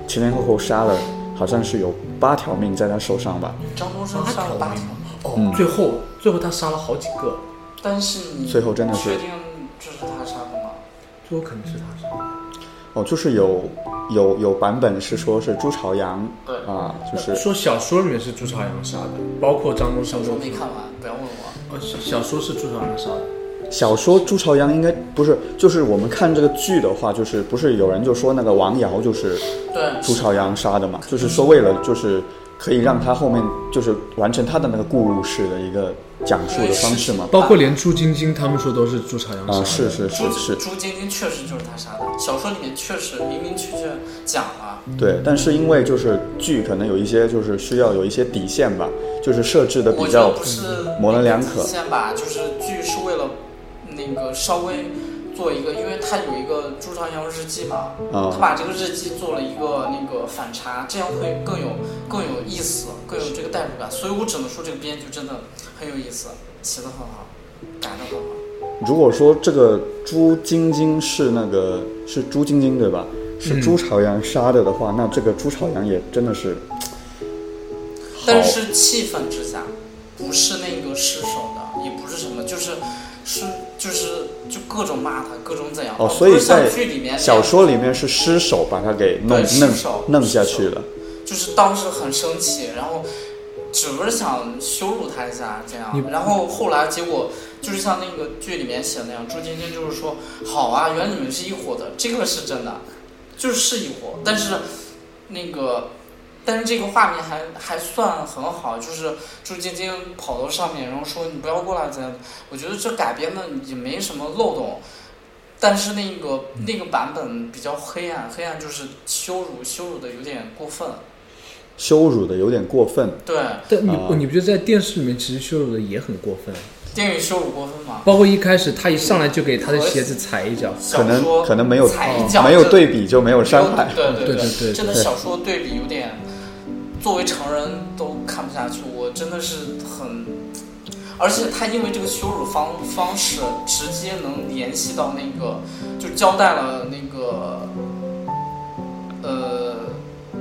前前后后杀了，好像是有八条命在他手上吧，
张东升杀了八条，
哦，最后最后他杀了好几个，
但是你
最后真的是
确定这是他杀的吗？
最后肯定是他杀的。
哦，就是有有有版本是说是朱朝阳
对
啊，就是
说小说里面是朱朝阳杀的，包括张东
小
升
说
都
没看完，不要问我。
呃，小小说是朱朝阳杀
啊
的，
小说朱朝阳应该不是，就是我们看这个剧的话，就是不是有人就说那个王瑶就是
对，
朱朝阳杀的嘛？就是说为了就是可以让他后面就是完成他的那个故事的一个讲述的方式嘛？
包括连朱晶晶他们说都是朱朝阳杀的。
啊，是是是
朱
是，
朱晶晶确实就是他杀的，小说里面确实明明确确讲了。
对。但是因为就是剧可能有一些就是需要有一些底线吧，就是设置的
我
比
觉得
较
不是
模棱两可
那个底线吧，就是剧是为了那个稍微做一个，因为它有一个朱朝阳日记嘛，他
啊，
把这个日记做了一个那个反差，这样会更有更有意思，更有这个代入感。所以我只能说这个编剧真的很有意思，写的很好，改的很好。
如果说这个朱晶晶是那个是朱晶晶对吧？是
嗯
朱朝阳杀的的话，那这个朱朝阳也真的是。好。
但是气氛之下，不是那个失手的，也不是什么，就是是就是就各种骂他，各种怎样。
哦
而
所以
不是像
在
剧里面那样
小说里面是失手把他给弄
对失
弄
手
弄下去了，
就是当时很生气，然后只不是想羞辱他一下这样
你。
然后后来结果就是像那个剧里面写的那样，朱晶晶就是说：“好啊，原来你们是一伙的，这个是真的，就是是一伙。”但是那个，但是这个画面还还算很好，就是朱晶晶跑到上面，然后说：“你不要过来！”这样，我觉得这改编的也没什么漏洞。但是那个那个版本比较黑暗，黑暗就是羞辱，羞辱的有点过分。
羞辱的有点过分。
对，
但你、
啊
你不觉得在电视里面其实羞辱的也很过分？
电影羞辱过分吗？
包括一开始他一上来就给他的鞋子踩一脚，
可能
小说
可能没有嗯
踩一脚
没有
这
对比就没有伤害。
对对
对对对
真的
对
小说对比有点，作为成人都看不下去，我真的是很，而且他因为这个羞辱方方式，直接能联系到那个，就交代了那个，呃，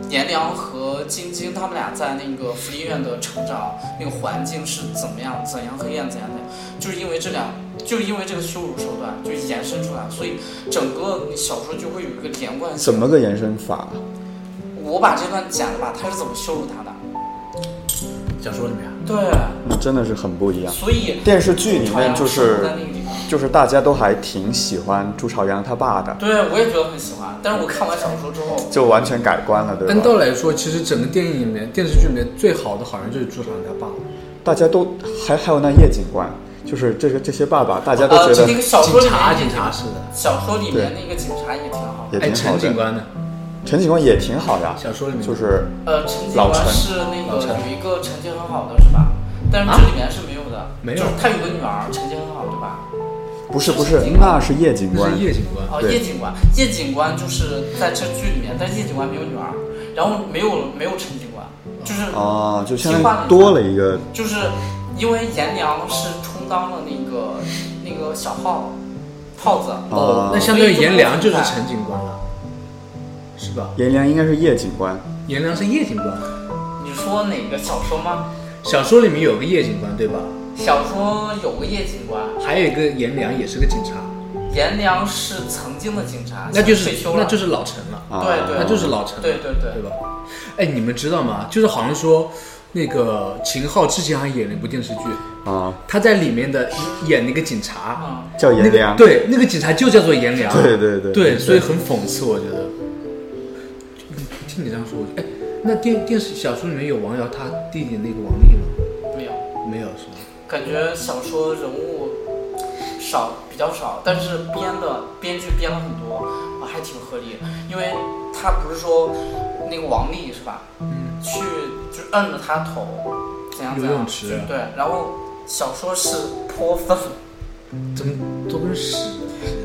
颜良和晶晶他们俩在那个福利院的成长那个环境是怎么样，怎样黑暗，怎样怎样，就是因为这两，就是因为这个羞辱手段就延伸出来，所以整个小说就会有一个连贯性
怎。么个延伸法？
我把这段剪了吧，他是怎么羞辱他的？
小说里面啊
对，啊
那真的是很不一样。
所以
电视剧里面
朝阳
就是
在那个地方。
就是大家都还挺喜欢朱朝阳他爸的，
对，我也觉得很喜欢，但是我看完小说之后，
就完全改观了，对
按道
吧？
理来说，其实整个电影里面、电视剧里面最好的好像就是朱朝阳他爸。
大家都还还有那叶警官，就是这个这些爸爸，大
哦
家都
呃，
觉
就
得
那个小说里
警察，
面，
警察似的。
小说里面那个警察也挺好的。
也
哎，
挺好
陈警
的。嗯
官呢？
陈警官也挺好呀，
小说里面
就是
呃，陈警
老
官
陈
是那
老
个
陈
有一个成绩很好的是吧？但是这里面是没有的，
没有
就是他有个女儿，成绩很好对吧？
不是不是，那是叶警
那
官
是，叶警官。
哦，
对
叶警官，叶警官就是在这剧里面，但是叶警官没有女儿，然后没有没有陈警官，就是
哦，就相当于多了一个
就是因为颜良是充当了那个那个小号耗子，
哦
那相当于颜良就是
啊
陈警官了，是吧？
颜良应该是叶警官，
颜良是叶警官，
你说哪个小说吗？
小说里面有个叶警官对吧？
小说有个叶警官，
还有一个颜良也是个警察，
颜良是曾经的警察，
那就
现在
是
退休了，
那就是老陈了，
啊
对对
那就是老陈，
对对
对
对，
吧？哎，你们知道吗？就是好像说那个秦昊之前还演了一部电视剧，
啊，
他在里面的演那个警察，
嗯，
叫
那
颜良
个，对，那个警察就叫做颜良，
对对对
对，所以很讽刺，我觉得。听你这样说，我就哎，那电电视小说里面有王瑶她弟弟那个王丽吗？
没有，
没有是吧？
感觉小说人物少比较少，但是编的编剧编了很多，啊，还挺合理，因为他不是说那个王丽是吧？
嗯，
去就摁着他头，怎样怎
游
样，
泳池
就对，然后小说是泼粪，
怎么都跟屎？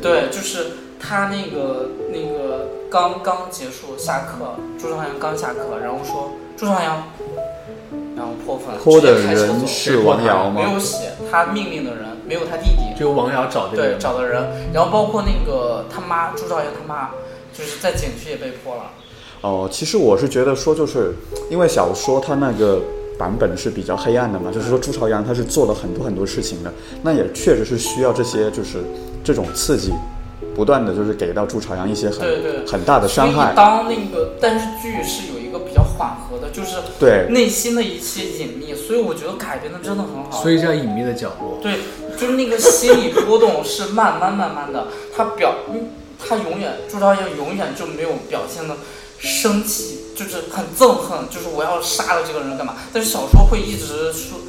对，就是他那个那个刚刚结束下课，朱朝阳刚下课，然后说朱朝阳，然后泼粪，
泼的
直接开车走
人是王瑶
没
吗？
有写他命令的人，没有他弟弟，
就王瑶找的
对，
人，
找的人，然后包括那个他妈朱朝阳他妈，就是在景区也被泼了，
哦，其实我是觉得说，就是因为小说它那个版本是比较黑暗的嘛，就是说朱朝阳他是做了很多很多事情的，那也确实是需要这些就是这种刺激，不断的就是给到朱朝阳一些很
对对
很大的呃伤
所以
害。
当那个但是剧是有一个比较缓和的，就是。
对，
内心的一些隐秘，所以我觉得改编的真的很好。
所以叫隐秘的角落。
对，就是那个心理波动是慢慢慢慢的，他表，嗯他永远朱朝阳永远就没有表现的生气，就是很憎恨，就是我要杀了这个人干嘛？但是小说会一直说。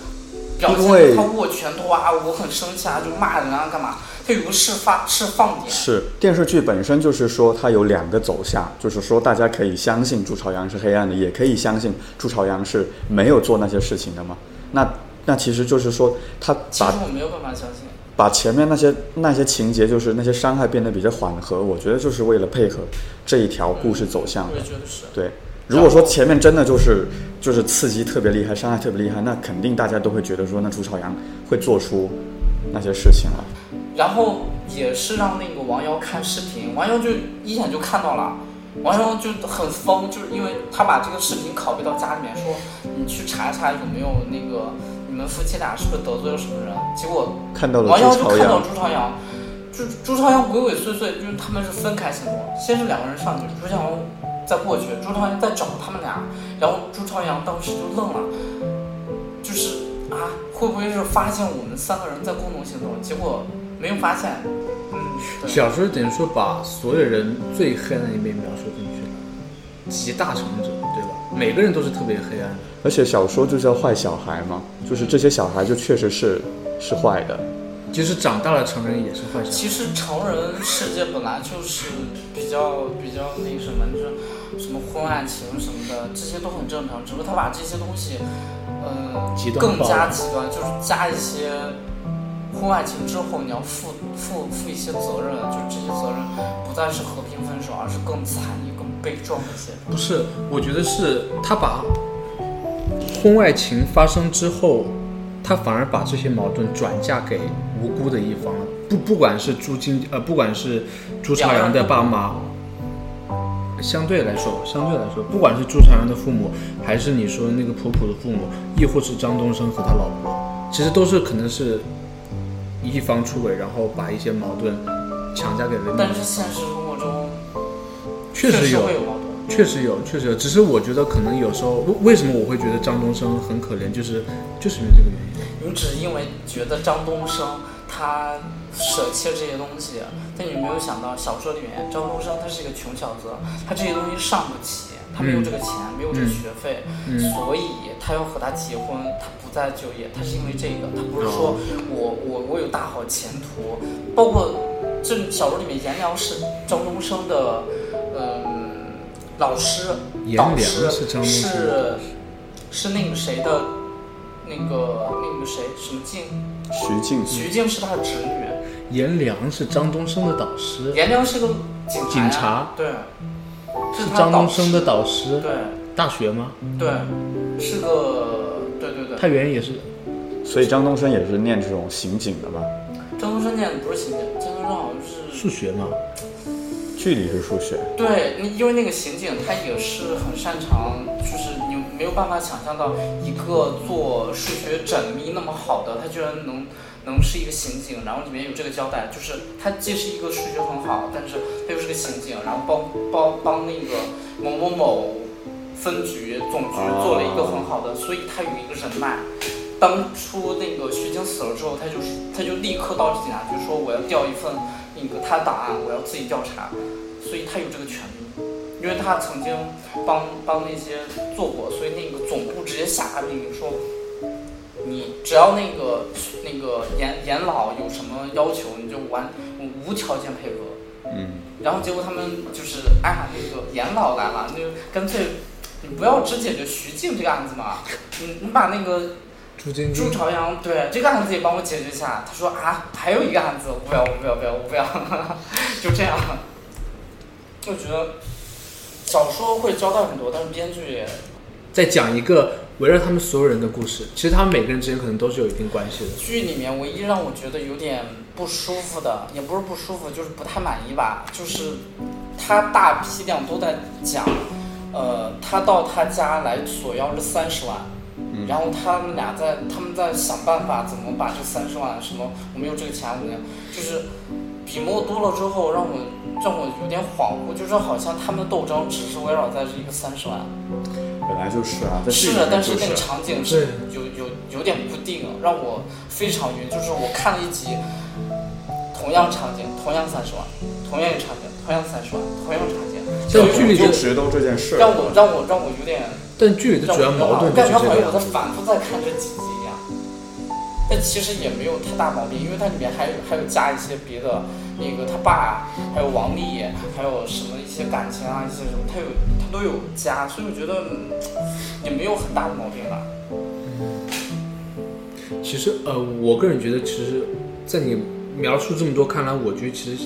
表现
因为
得他握拳头啊，我很生气啊，就骂人啊，干嘛？他有个释发释放点，
是电视剧本身就是说它有两个走向，就是说大家可以相信朱朝阳是黑暗的，也可以相信朱朝阳是没有做那些事情的嘛。那那其实就是说他
其
把
实我没有办法相信。
把前面那些那些情节，就是那些伤害变得比较缓和，我觉得就是为了配合这一条故事走向
我
的
也。觉得是。
对，如果说前面真的就是就是刺激特别厉害，伤害特别厉害，那肯定大家都会觉得说，那朱朝阳会做出那些事情了。啊
然后也是让那个王瑶看视频，王瑶就一眼就看到了，王瑶就很疯，就是因为他把这个视频拷贝到家里面，说你去查查有没有那个你们夫妻俩是不是得罪了什么人，结果
看到了
王瑶
朱
就哦
朝
看到
阳，
朱朝阳，朱朱朝阳鬼鬼祟祟，就是他们是分开行动，先是两个人上去，朱朝阳再过去，朱朝阳再找他们俩，然后朱朝阳当时就愣了，就是啊，会不会是发现我们三个人在共同行动，结果没有发现？嗯，对
小说等于说把所有人最黑暗的一面描述进去了，集大成者，对吧？每个人都是特别黑暗的。
而且小说就叫坏小孩嘛，就是这些小孩就确实是是坏的。
即使长大了成人也是坏小孩。
其实成人世界本来就是比较比较那个什么，就是什么婚外情什么的，这些都很正常。只不过他把这些东西，呃，
极端
更
化
加
了
极端，就是加一些婚外情之后，你要负负负一些责任，就这些责任不再是和平分手，而是更残忍、更悲壮一些。
不是，我觉得是他把婚外情发生之后，他反而把这些矛盾转嫁给无辜的一方，不不管是朱金呃，不管是朱朝阳的爸妈，相对来说，相对来说，不管是朱朝阳的父母，还是你说那个婆婆的父母，亦或是张东升和他老婆，其实都是可能是一方出轨，然后把一些矛盾强加给了另一
但
方
是，现实生活中
确实有
会。有矛盾。
确实有，确实有，只是我觉得可能有时候，为为什么我会觉得张东升很可怜，就是就是因为这个原因。
你只是因为觉得张东升他舍弃了这些东西，但你没有想到小说里面张东升他是一个穷小子，他这些东西上不起，他没有这个钱，没有这个学费，
嗯
所以他要和他结婚，他不再就业，他是因为这个，他不是说我我我有大好前途，包括这小说里面颜良是张东升的，嗯，老师，
颜
导
良
师
是张东升
是是那个谁的，那个那个谁什么静，
徐静，
徐静是他的侄女，
颜良是张东升的导师，
颜良是个警察呀，
警察
对，
是
是他
张
导
东
师
升的，导师，
对
大学吗？
对，是个对对对，
他原来也是，
所以张东升也是念这种刑警的嘛，
张东升念的不是刑警，张东升好像是
数学嘛，
距离是数学。
对，那因为那个刑警他也是很擅长，就是你没有办法想象到一个做数学缜密那么好的，他居然能能是一个刑警，然后里面有这个交代，就是他既是一个数学很好，但是他又是个刑警，然后帮帮帮那个某某某分局总局做了一个很好的，所以他有一个人脉。当初那个徐静死了之后，他就他就立刻到警察局说我要调一份那个他的档案，我要自己调查，所以他有这个权利，因为他曾经帮帮那些做过，所以那个总部直接下达命令说，你只要那个那个严严老有什么要求，你就完无条件配合。
嗯，
然后结果他们就是啊，那个严老来了，那就干脆你不要只解决徐静这个案子嘛，你你把那个
朱晶
朱
晶，
朝阳对这个案子也帮我解决一下。他说啊，还有一个案子，我不要，我不要，不要，我不要， <laughs> 就这样。 <laughs> 就觉得小说会交代很多，但是编剧也
再讲一个围绕他们所有人的故事，其实他们每个人之间可能都是有一定关系的。
剧里面唯一让我觉得有点不舒服的，也不是不舒服，就是不太满意吧，就是他大批量都在讲，呃，他到他家来索要是三十万。然后他们俩在，他们在想办法怎么把这三十万什么，我没有这个钱，我没有，就是笔墨多了之后，让我让我有点恍惚，就是好像他们的斗争只是围绕在这一个三十万，
本来就是啊，在
是
剧里
的，
面
但
就是
那个场景是有有有点不定，让我非常晕。就是我看了一集，同样场景，同样三十万，同样一个场景，同样三十万，同样场景，
像剧里
就
的，
决斗这件事，
让我让我让我有点
但剧里的主要矛盾
我
就
感
是
觉
这
好像我
个。
在反复在看这几集一样，但其实也没有太大毛病，因为它里面还有还有加一些别的，那个他爸，还有王丽，还有什么一些感情啊，一些什么，他有他都有加，所以我觉得嗯也没有很大的毛病吧。
其实呃，我个人觉得，其实，呃在你描述这么多看来，我觉得其实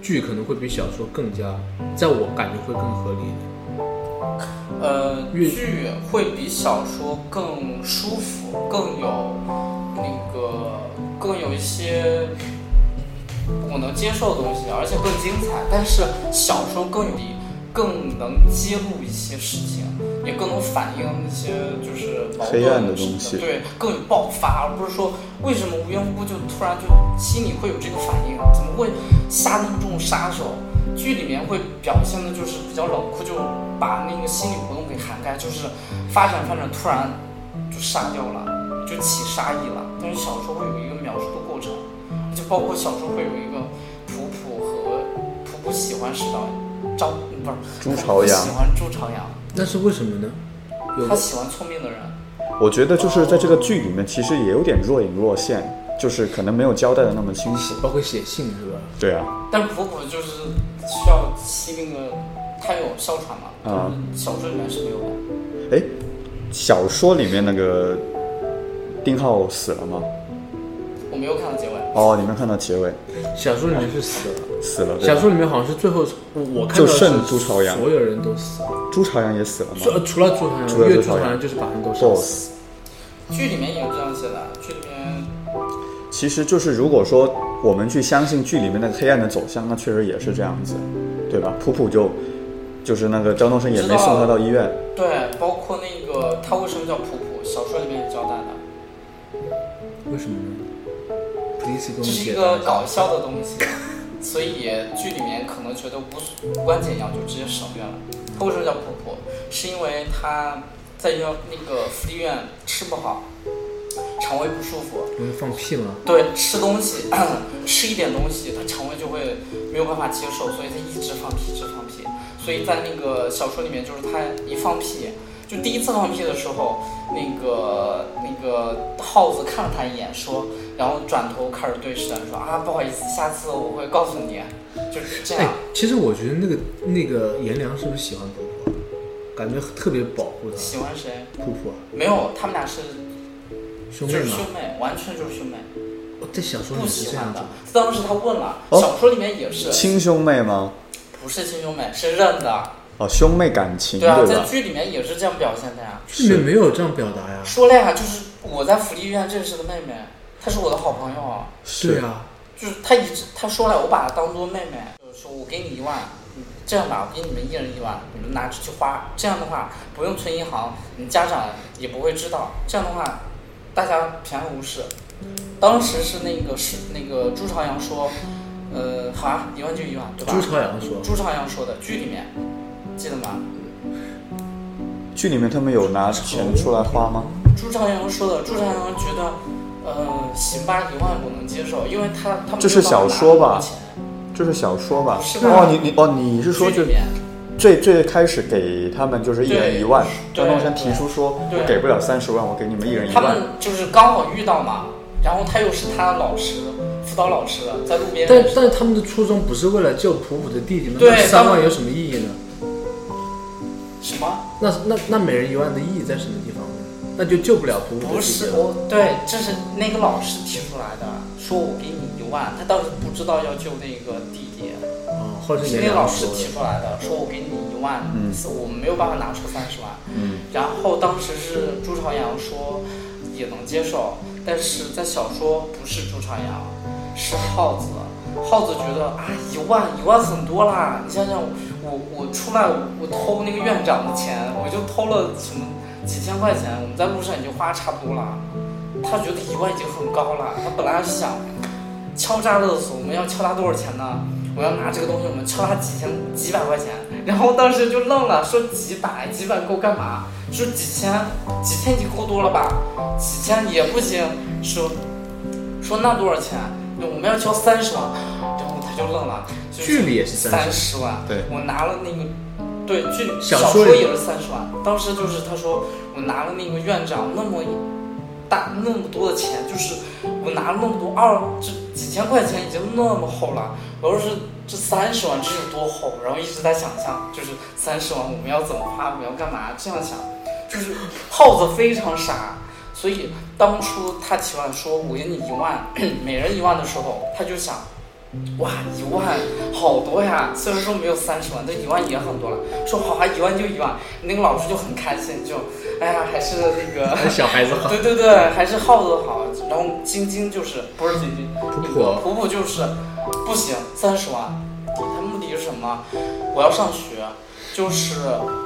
剧可能会比小说更加，在我感觉会更合理一点。
呃，
越
剧会比小说更舒服，更有那个更有一些我能接受的东西，而且更精彩。但是小说更有力，更能揭露一些事情，也更能反映一些就是矛盾
黑暗的
什么
东西
对，更有爆发，而不是说为什么无缘无故就突然就心里会有这个反应，啊怎么会下那么重杀手？剧里面会表现的就是比较冷酷，就把那个心理活动给涵盖，就是发展发展，突然就杀掉了，就起杀意了。但是小说会有一个描述的过程，就包括小说会有一个普普和普普喜欢史朝张不是
朱
普
朝阳
普喜欢朱朝阳，
那是为什么呢？有
他喜欢聪明的人。
我觉得就是在这个剧里面，其实也有点若隐若现，就是可能没有交代的那么清楚。
包括写信是吧？
对啊，
但是普普就是需要吸那个，他有哮喘嘛，
啊
就是小说里面是没有的。
哎，小说里面那个丁浩死了吗？
我没有看到结尾，
哦，你没有看到结尾
小说里面是死了，
死了，对吧
小说里面好像是最后我我看到
就是剩朱朝阳
所有人都死了，
朱朝阳也死了
除
吗
呃除了朱朝
除了
阳，
朱
越朱朝
朝阳
阳就是把人都杀死。
？boss，
剧里面也有这样写的，剧里面
其实就是如果说我们去相信剧里面那个黑暗的走向，那确实也是这样子，对吧？普普就就是那个张东升也没送他到医院，
对，包括那个他为什么叫普普，小说里面也交代的，
为什么呢？第一次
这
跟我
是
解
一
答
个
一下
搞笑的东西， <laughs> 所以剧里面可能觉得无无关紧要，就直接省略了。他为什么叫普普？是因为他在医那个福利院吃不好，肠胃不舒服，
我们放屁吗？
对，吃东西， <clears throat> 吃一点东西，他肠胃就会没有办法接受，所以他一直放屁，一直放屁。所以在那个小说里面，就是他一放屁，就第一次放屁的时候，那个那个耗子看了他一眼，说，然后转头开始对史丹说啊，不好意思，下次我会告诉你，就是这样
哎。，其实我觉得那个那个颜良是不是喜欢婆婆？感觉特别保护她，
喜欢谁？
婆婆啊
没有，他们俩是
兄
就是
妹嘛
兄。妹，完全就是兄妹，
哦在小说
不
里面是
喜
这样
欢
子
的
的。。
当时他问了，
哦
小说里面也是，
亲兄妹吗？
不是亲兄妹，是认的。
哦，兄妹感情
对啊，在
吧？
剧里面也是这样表现的呀。
剧里面没有这样表达呀。
说了呀，就是我在福利院认识的妹妹，她是我的好朋友啊。
对啊，
就是她一直她说了，我把她当做妹妹，就是说我给你一万，嗯这样吧，我给你们一人一万，你们拿着去花。这样的话不用存银行，你家长也不会知道。这样的话，大家平安无事。当时是那个是那个朱朝阳说，呃，好啊，一万就一万，对吧？
朱朝阳说，
朱朝阳说的，剧里面记得吗？
剧里面他们有拿钱出来花吗？
朱朝阳说的，朱朝阳觉得，呃，行吧，一万我能接受，因为他他们
这是小说吧
就
这是小说吧？
是吧
哦，你你哦，你是
帮我拿了很多钱
说
剧
就
里面，
最最开始给他们就是一人一万，
对
张东升提出说，
对
我给不了三十万，我给你们一人一
他
万。
们就是刚好遇到嘛，然后他又是他的老师，辅导老师，在路边
但但他们的初衷不是为了救普普的弟弟吗？
对
那三
他
万
们
有什么意义呢？
什么？
那那那每人一万的意义在什么地方呢？那就救不了普普的
不
弟弟
是
了。
我，对，这是那个老师提出来的，说我给你一万，他当时不知道要救那个弟弟，
哦，或者是
是
颜
那个老
良
师
说的
提出来的，说我给你一万，
嗯
是我们没有办法拿出三十万。
嗯，
然后当时是朱朝阳说也能接受，但是在小说不是朱朝阳，是耗子。耗子觉得啊，一万一万很多啦！你想想，我我出来我偷那个院长的钱，我就偷了什么几千块钱，我们在路上已经花差不多了。他觉得一万已经很高了，他本来是想敲诈勒索，我们要敲他多少钱呢？我要拿这个东西，我们敲他几千几百块钱。然后当时就愣了，说几百几百够干嘛？说几千几千你够多了吧？几千也不行。说说那多少钱？我们要敲三十万。然后他就愣了，就
剧里也是三
三
十，
十万。
对
我拿了那个，对剧
小
说
说
也是三十万。当时就是他说我拿了那个院长那么大那么多的钱，就是我拿了那么多二这几千块钱已经那么厚了，我要是这三十万这有多厚？然后一直在想象，就是三十万我们要怎么花，我们要干嘛？这样想，就是耗子非常傻。所以当初他起万说我给你一万， <clears throat> 每人一万的时候，他就想，哇，一万好多呀！虽然说没有三十万，但一万也很多了。说好啊，一万就一万，那个老师就很开心，就，哎呀，还是那个，
还是哎小孩子好。
对对对，还是耗子好。然后晶晶就是不是晶晶，
普
那
普
个普普就是不行，三十万。他目的是什么？我要上学，就是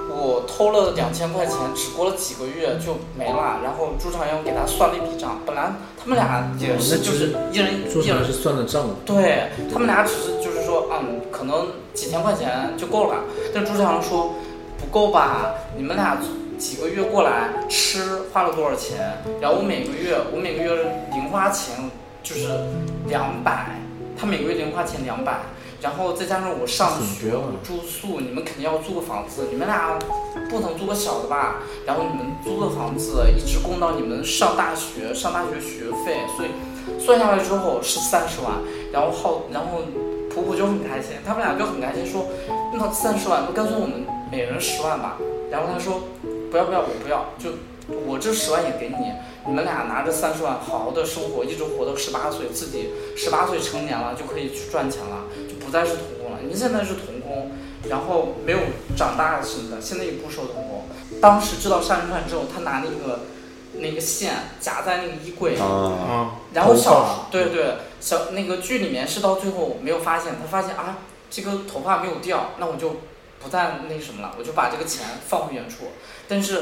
我偷了两千块钱，只过了几个月就没了。然后朱朝阳给他算了一笔账，本来他们俩也是
哦
就
那就是是
一人
朱
一
朝
人
阳是算了账的，
对他们俩只是就是说，嗯，可能几千块钱就够了。但朱朝阳说不够吧，你们俩几个月过来吃花了多少钱，然后我每个月我每个月零花钱就是两百，他每个月零花钱两百，然后再加上我上
很
学
多啊
我住宿，你们肯定要租个房子，你们俩不能租个小的吧？然后你们租个房子一直供到你们上大学，上大学学费，所以算下来之后是三十万，然后浩然后普普就很开心，他们俩就很开心说，那三十万，那干脆我们每人十万吧。然后他说不要不要，我不要，就我这十万也给你，你们俩拿着三十万好好的生活，一直活到十八岁，自己十八岁成年了就可以去赚钱了，就不再是童工了。您现在是童工，然后没有长大什么的，现在也不收童工。当时知道杀人犯之后，他拿那个那个线夹在那个衣柜里，
啊，
啊，
然后
头
小
发
对对小那个剧里面是到最后没有发现，他发现啊这个头发没有掉，那我就不再那什么了，我就把这个钱放回原处。但是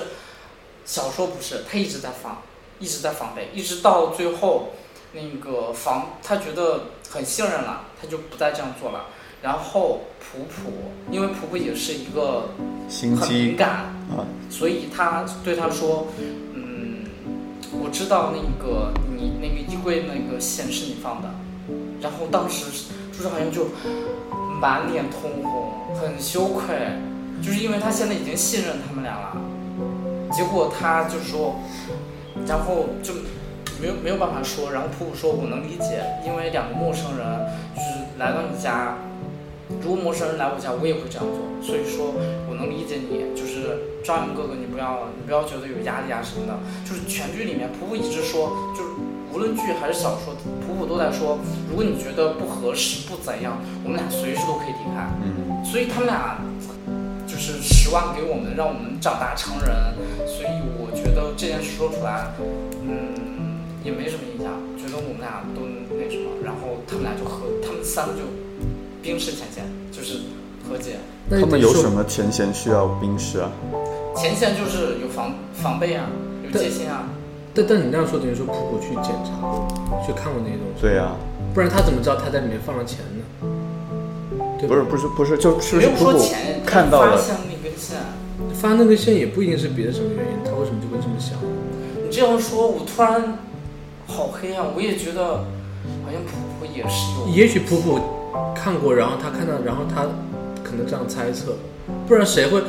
小说不是，他一直在放，一直在防备，一直到最后那个防他觉得很信任了，他就不再这样做了。然后普普，因为普普也是一个
心
很敏
机
感，
啊，
所以他对他说，嗯，我知道那个你那个衣柜那个线是你放的，然后当时朱朝阳就满脸通红，很羞愧，就是因为他现在已经信任他们俩了，结果他就说，然后就没有没有办法说，然后普普说我能理解，因为两个陌生人就是来到你家，如果陌生人来我家，我也会这样做，所以说我能理解你，就是张扬哥哥，你不要你不要觉得有压力啊什么的，就是全剧里面普普一直说，就是无论剧还是小说，普普都在说，如果你觉得不合适不怎样，我们俩随时都可以离开。
嗯，
所以他们俩就是十万给我们，让我们长大成人。所以我觉得这件事说出来，嗯，也没什么影响，觉得我们俩都那什么。然后他们俩就和他们三个就冰释前嫌，就是和解。
那
他们有什
么？
么前嫌需要冰释啊？
前嫌就是有防防备啊，有戒心啊。
但但你那样说，等于说普普去检查过，去看过那些东西，
对啊，
不然他怎么知道他在里面放了钱呢？对
不
吧
是不是不是，就是不
没
是
有
普
说
普
前
看到
发
了，
现那根线。
发那根线也不一定是别的什么原因，他为什么就会这么想？
你这样说，我突然好黑啊！我也觉得好像普普也是有。
也许普普看过，然后他看到，然后他可能这样猜测，不然谁会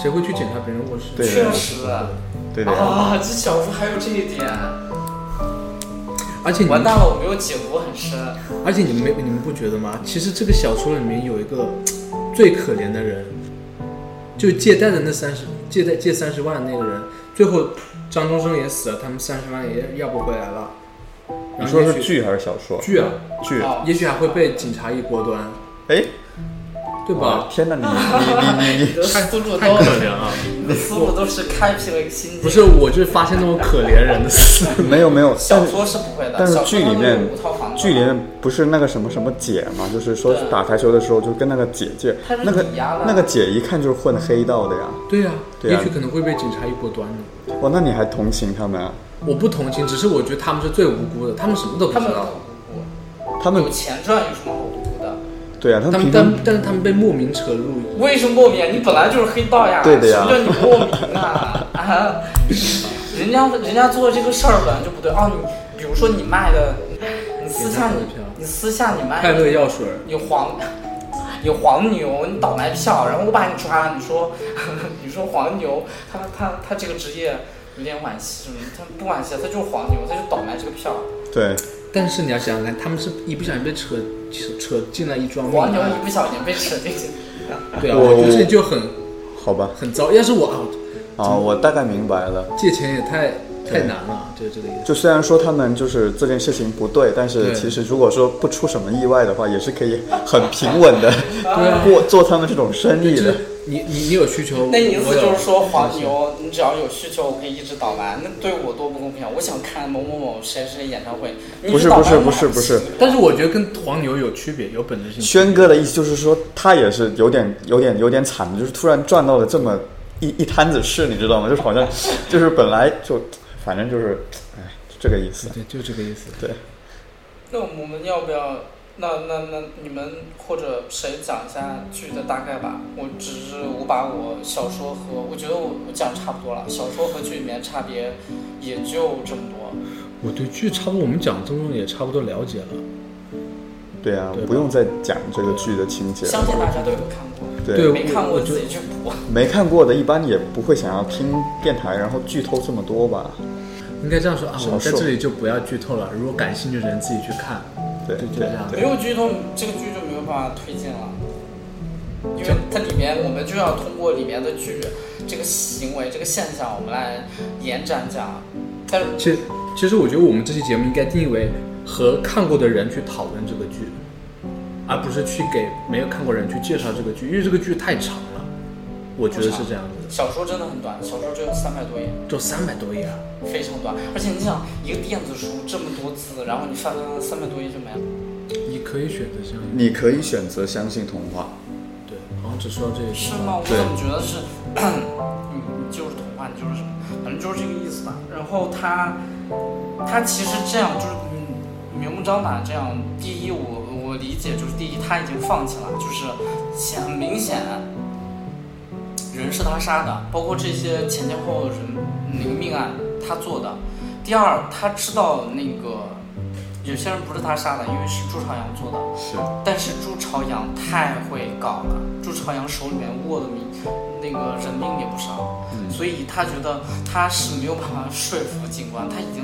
谁会去检查别人卧室？
对
确实啊
对的呀，
啊，这小说还有这一点，
而且你
完
们，
蛋了，我没有解读很深。
而且你们没你们不觉得吗？其实这个小说里面有一个最可怜的人，就借贷的那三十借贷借三十万的那个人，最后张东升也死了，他们三十万也要不回来了。
你
然后
说
也
是
许
剧还是小说？
剧啊，
剧，
哦
也许还会被警察一锅端，
哎，
对
啊
哇，
吧？
天哪，你你你你
你的思路
太
都，
可怜了。
你的思路都是开辟了一个新界。
不是，我就是发现那种可怜人的事。
你没有没有，但
小
是
说是不会的，
但是
小说
剧里面
都有五套房子
剧里面不是那个什么什么姐嘛，就是说
对
打台球的时候就跟那个姐姐
她是，
那个
抵押的
那个姐一看就是混黑道的呀。
对呀、
对啊
也许可能会被警察一锅端的。
哇，那你还同情他们啊？
我不同情，只是我觉得他们是最无辜的，他们什么都不
他
知
们
道。
他们
有钱赚有什么好无辜的？
对啊，他
他
们平
们但
常
但是他们被莫名扯入，
为什么莫名？你本来就是黑道呀，
对的
什
呀
么叫你莫名
<laughs>
啊？啊，人家人家做这个事儿本来就不对哦。你比如说你卖的，你私下你
点赞
你私下你卖
快乐药水儿。
有黄，有黄牛，你倒卖票，然后我把你抓了，你说， <laughs> 你说黄牛，他他他这个职业有点惋惜什么？他不惋惜，他就是黄牛，他就倒卖这个票。
对
但是你要想想看，他们是一不小心被扯扯扯进来一桩命
黄牛
案
一，不小心被扯进去，
对啊，
我
我觉得这就很
好吧
很糟。要是我啊，
啊，我大概明白了。
借钱也太
对
太难了，就是这个意思。
就虽然说他们就是这件事情不对，但是
对
其实如果说不出什么意外的话，也是可以很平稳的
啊
过做他们这种生
就
意
是
的。
你你你有需求，
那意思
我有
就是说黄牛，你只要有需求，我可以一直倒卖，那对我多不公平啊！我想看某某某谁谁演唱会，你
不是
一直倒卖
不是
我
不是
买
不是
起
但是我觉得跟黄牛有区别，有本质性。
轩哥的意思就是说，他也是有点、有点、有点惨的，就是突然赚到了这么一一摊子事，你知道吗？就是好像， <laughs> 就是本来就，反正就是，哎，这个意思。
对，就这个意思。
对，
那我们要不要？那那那你们或者谁讲一下剧的大概吧？我只是我把我小说和我觉得我我讲差不多了，小说和剧里面差别也就这么多。
我对剧差不多，我们讲这么多也差不多了解了。
对啊
对，吧
不用再讲这个剧的情节
相信大
了。
家都有看过，
对，
没看
我
过
我觉
自
得
己去补。
没看过的，一般也不会想要听电台，然后剧透这么多吧？
应该这样说啊，我们在
少数
这里就不要剧透了。如果感兴趣的人自己去看。
对
对就
对
这
啊
样
没有剧透，这个剧就没有办法推进了，因为
这
它里面我们就要通过里面的剧这个行为、这个现象，我们来延展讲。但是
其实，其实我觉得我们这期节目应该定义为和看过的人去讨论这个剧，而不是去给没有看过人去介绍这个剧，因为这个剧太长了，我觉得是这样子的，
小说真的很短，小说只有三百多页，
都三百多页啊。
非常短。而且你想，一个电子书这么多字，然后你翻翻翻三百多页就没了。
你可以选择相应。
你可以选择相信童话，
对，好像只说到这里。
是吗？我怎
对
么觉得是， <clears throat> 你你就是童话，你就是什么，反正就是这个意思吧。然后他他其实这样就是嗯明目张胆这样。第一，我我理解就是第一，他已经放弃了，就是显很明显，人是他杀的，包括这些前前后后人那个命案他做的。第二，他知道那个有些人不是他杀的，因为是朱朝阳做的。
是
但是朱朝阳太会搞了，朱朝阳手里面握的命，那个人命也不少，
嗯
所以他觉得他是没有办法说服警官，他已经，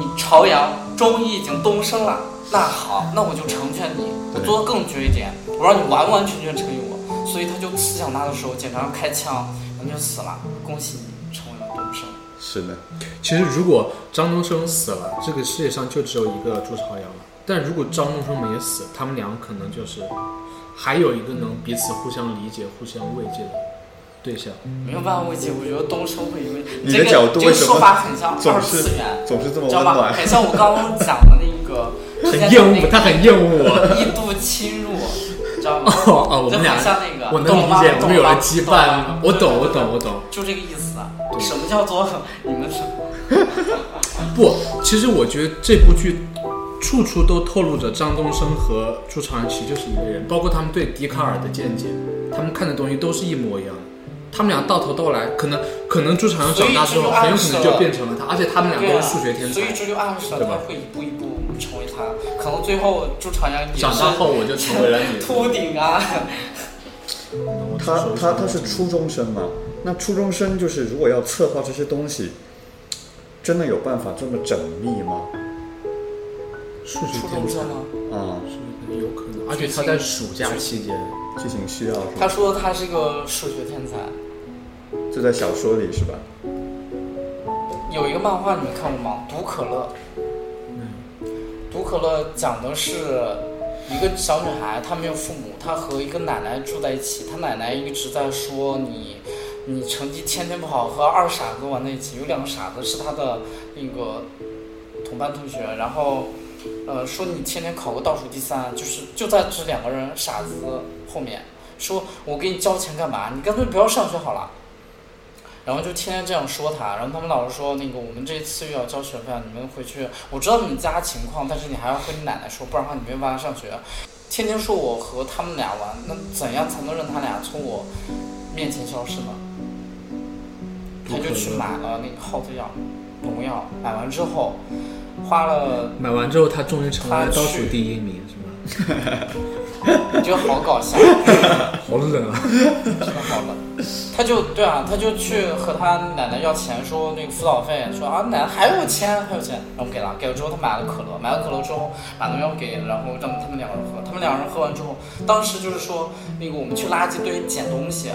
你朝阳终于已经东升了，那好，那我就成全你，我
对
做的更绝一点，我让你完完全全成于我，所以他就刺向他的时候，检察官开枪，人就死了，恭喜你成为了东升，
是的，
其实如果张东升死了，这个世界上就只有一个朱朝阳了。但如果张东升没死，他们俩可能就是还有一个能彼此互相理解、互相慰藉的对象。
没有办法慰藉，我觉得东升会因为
你的
这个
角度
这个
为什么
说法很像
总
二
是
次元。
总是这么
知
温
道吧？
暖。
很像我刚刚讲的那个，之前
<laughs> 很
讲
厌恶，他很厌恶我。
那个一度侵入，知道吗？
<laughs> 哦哦，我
就
们俩
很，像那个，
我能
懂
理
吗
解，我
懂
们有
吗
了羁绊。我懂，我懂，，
吗
我懂。
对就这个意思啊。什么叫做你们是？
不，其实我觉得这部剧处处都透露着张东升和朱朝阳其实就是一个人，包括他们对笛卡尔的见解，他们看的东西都是一模一样的。他们俩到头到来，可能可能朱朝阳长大之
所以这就
后，
暗
很有可能
示
就
了
变成了他，而且他们俩
对
都
啊
是数学天才
所以。这就暗示了
对吧
他会一步一步成为他，可能最后朱朝阳也
长大
是
后我就成为了你。
秃顶啊。
我只
他
说
他
出
他是
来
初中生嘛，那初中生就是如果要策划这些东西，真的有办法这么缜密吗？
数学
初
天
中
才
生，吗？
啊、
是有可能，而且他在暑假期间，
剧情需要是
他
吧？
说他是个数学天才。
就在小说里是吧？
有一个漫画你们看过吗？《毒可乐》。毒可乐讲的是一个小女孩，她没有父母，她和一个奶奶住在一起。她奶奶一直在说你，你成绩天天不好，和二傻子玩在一起。有两个傻子是她的那个同班同学，然后呃说你天天考个倒数第三，就是就在这两个人傻子后面说，我给你交钱干嘛？你干脆不要上学好了。然后就天天这样说他，然后他们老师说那个我们这次又要交学费，你们回去，我知道你们家情况，但是你还要和你奶奶说，不然的话你没有办法上学。天天说我和他们俩玩，那怎样才能让他俩从我面前消失呢？他就去买了那个耗子药、农药，买完之后花了
买完之后他终于成为了
他去
倒数第一名，是吗？ <laughs>
你就好搞笑，
好冷啊！
真的好冷。他就对啊，他就去和他奶奶要钱，说那个辅导费，说啊奶奶还有钱，还有钱，然后给了，给了之后他买了可乐，买了可乐之后把农药给，然后让他们两个人喝，他们两个人喝完之后，当时就是说那个我们去垃圾堆捡东西。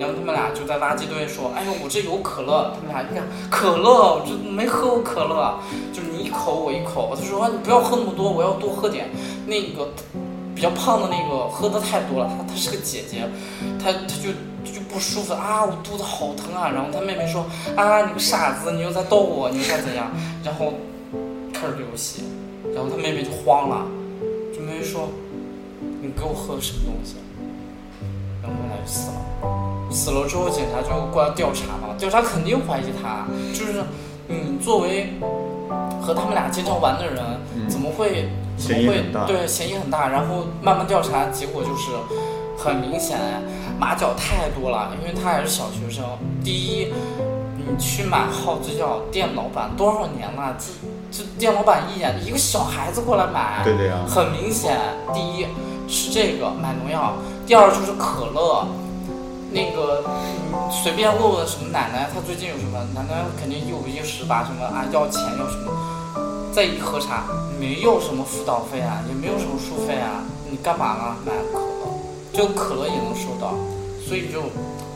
然后他们俩就在垃圾堆说：“哎呦，我这有可乐。”他们俩一看，可乐，我这没喝过可乐，就是你一口我一口。他说：“啊，你不要喝那么多，我要多喝点。”那个比较胖的那个喝的太多了，她她是个姐姐，她她就就不舒服啊，我肚子好疼啊。然后她妹妹说啊，你个傻子，你又在逗我，你又在怎样？然后开始流血，然后她妹妹就慌了，就妹妹说你给我喝什么东西？然后他俩就死了。死了之后，警察就过来调查嘛，调查肯定怀疑他，嗯就是你作为和他们俩经常玩的人，怎么会
嗯嫌疑很大
对，嫌疑很大。然后慢慢调查，结果就是很明显，马脚太多了，因为他还是小学生。第一，你去买耗子药，店老板多少年了，这这店老板一眼一个小孩子过来买，
对啊的呀
很明显。第一吃这个买农药，第二就是可乐。那个，嗯随便问问什么奶奶，她最近有什么？奶奶肯定一五一十吧，什么啊要钱要什么？再一核查，没有什么辅导费啊，也没有什么书费啊，你干嘛呢？买可乐，就可乐也能收到，所以就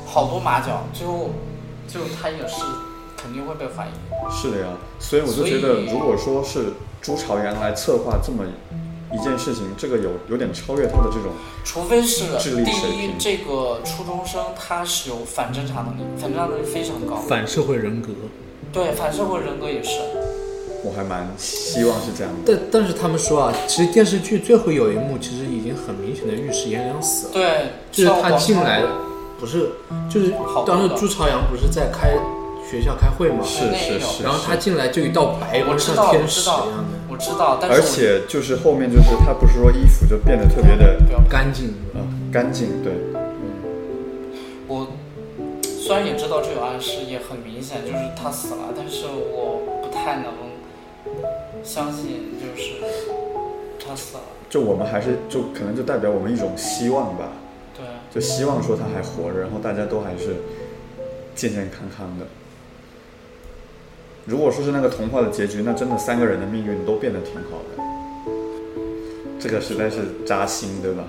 好多马脚，最后就他也是肯定会被怀疑。
是的呀，所以我就觉得
所，以
如果说是朱朝阳来策划这么一件事情，这个有有点超越他的这种，
除非是
智力
第
水
一
平，
这个初中生他是有反侦查能力，反侦查能力非常高，
反社会人格，
对反社会人格也是。
我还蛮希望是这样的。
但但是他们说啊，其实电视剧最后有一幕，其实已经很明显的预示颜良死了，
对，
就是
像
他
我
进来不是，就是
好
当时
多的
朱朝阳不是在开学校开会嘛，
是是是，
然后他进来就一道白
哎我
光，
知道，
像
我
天
知
使
道
一样的，
我知道，但是
而且就是后面就是他不是说衣服就变得特别的
我不要怕
干净。
呃干净，对，
我虽然也知道这有暗示，也很明显就是他死了，但是我不太能相信，就是他死了。
就我们还是就可能就代表我们一种希望吧，
对，
就希望说他还活着，然后大家都还是健健康康的。如果说是那个童话的结局，那真的三个人的命运都变得挺好的，这个实在是扎心，对吧？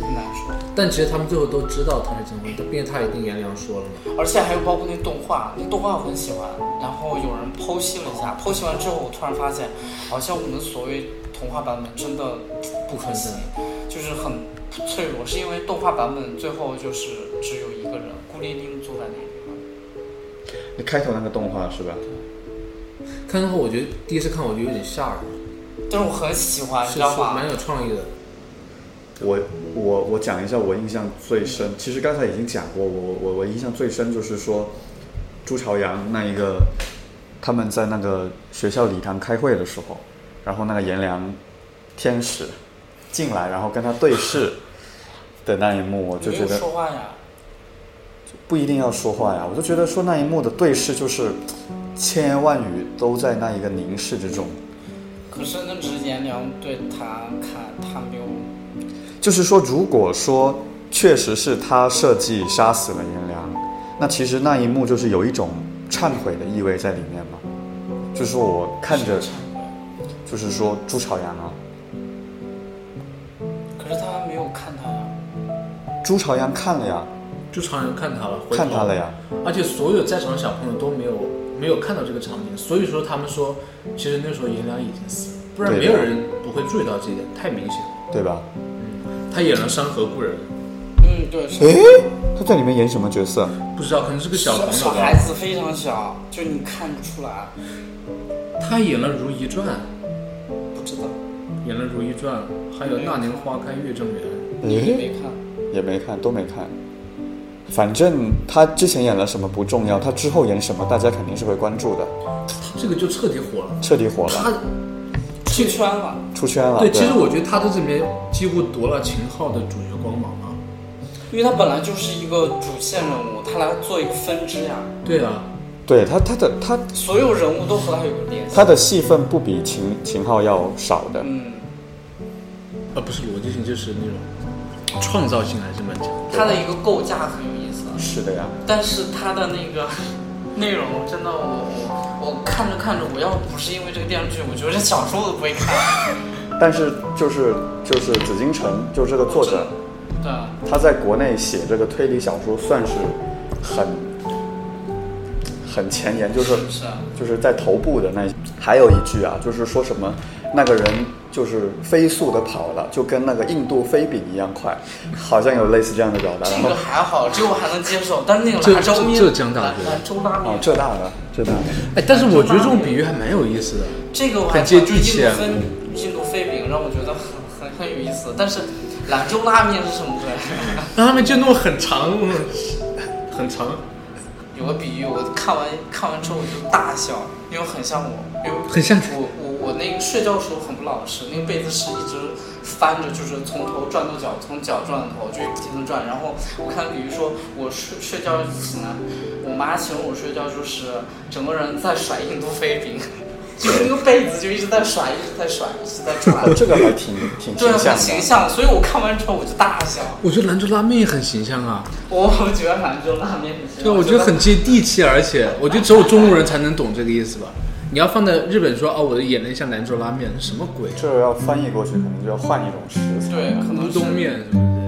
很难说。
但其实他们最后都知道他是真婚，但毕竟他也跟颜良说了嘛。
而且还有包括那动画，那动画我很喜欢。然后有人剖析了一
哦
下，剖析完之后，我突然发现，好像我们所谓童话版本真的不可行，就是很脆弱，是因为动画版本最后就是只有一个人孤零零坐在那里。
你开头那个动画是吧？
看完后，我觉得第一次看我就有点吓人，
但是我很喜欢，你
是
知道
是
吗？
蛮有创意的。
我我我讲一下我印象最深，其实刚才已经讲过，我我我印象最深就是说，朱朝阳那一个，他们在那个学校礼堂开会的时候，然后那个颜良天使进来，然后跟他对视的那一幕，我就
没
觉
有
得
说话呀，
不一定要说话呀，我就觉得说那一幕的对视就是千言万语都在那一个凝视之中。
可是那只是颜良对他看，他没有。
就是说，如果说确实是他设计杀死了颜良，那其实那一幕就是有一种忏悔的意味在里面嘛。就是说我看着，就是说朱朝阳啊，
可是他没有看他呀。
朱朝阳看了呀，
朱朝阳看他了，回头
看他了呀，
而且所有在场小朋友都没有没有看到这个场景，所以说他们说，其实那时候颜良已经死了，不然
对
没
的
有人不会注意到这一点，太明显了。
对吧？
他演了山河故人，哎
嗯，对，是
诶，他在里面演什么角色？
不知道可能是个小朋友
小孩
吧。
子非常小，就你看不出来，
他演了《如懿传
不知道，》，
演了《如懿传》，还有《那年花开月正圆》。
你
诶，
没看。
也没看，都没看。反正他之前演了什么不重要，他之后演什么大家肯定是会关注的，
这个就彻底火了。
彻底火了，
他
出圈了，
出圈了。
对，其
啊
实我觉得他在这里面几乎夺了秦昊的主角光芒啊。
因为他本来就是一个主线人物，他来做一个分支呀，
对啊，
对他他的他
所有人物都和他有联系。
他的戏份不比秦秦昊要少的，
嗯，
啊不是逻辑性，就是那种创造性还是蛮强的。
他的一个构架很有意思，啊
是的呀，
但是他的那个 <laughs> 内容真的我我我看着看着，我要不是因为这个电视剧，我觉得这小说我都不会看。
但是就是就是紫禁城，就这个作者，
对，啊
他在国内写这个推理小说算是很很前沿，就
是
是
不是？啊
就是在头部的那一。还有一句啊，就是说什么那个人就是飞速的跑了，就跟那个印度飞饼一样快，好像有类似这样的表达。然
这
后
个还好，这个我还能接受，但是那个
浙
兰州面，
浙江大学
兰兰州拉
哦
面，，
浙大的浙大
嗯
的，
哎，但是我觉得这种比喻还蛮有意思的。
这个我还
很接地气啊
印度分印度飞饼让我觉得很很很有意思，但是兰州拉面是什么鬼？ <laughs>
那他们就弄很长，很长，
有个比喻，我看完看完之后我就大笑，因为很像我，因为
很像
我我我那个睡觉时候很不老实，那个被子是一直翻着，就是从头转到脚，从脚转到头，就不停的转。然后我看，比如说我睡睡觉醒来，我妈形容我睡觉就是整个人在甩印度飞饼， <laughs> 就是那个被子就一直在甩，一直在甩，一直在转
啊，这个还挺挺
对，啊
形
很
象的啊
形。象。所以我看完之后我就大笑，
我觉得兰州拉面也很形象啊，
我我觉得兰州拉面很形象，
对，我觉得很接地气，而且我觉得只有中国人才能懂这个意思吧。你要放在日本说哦，我的眼泪像兰州拉面，什么鬼？
这要翻译过去，可能就要换一种食材。
对，可能
乌
是
冬面什么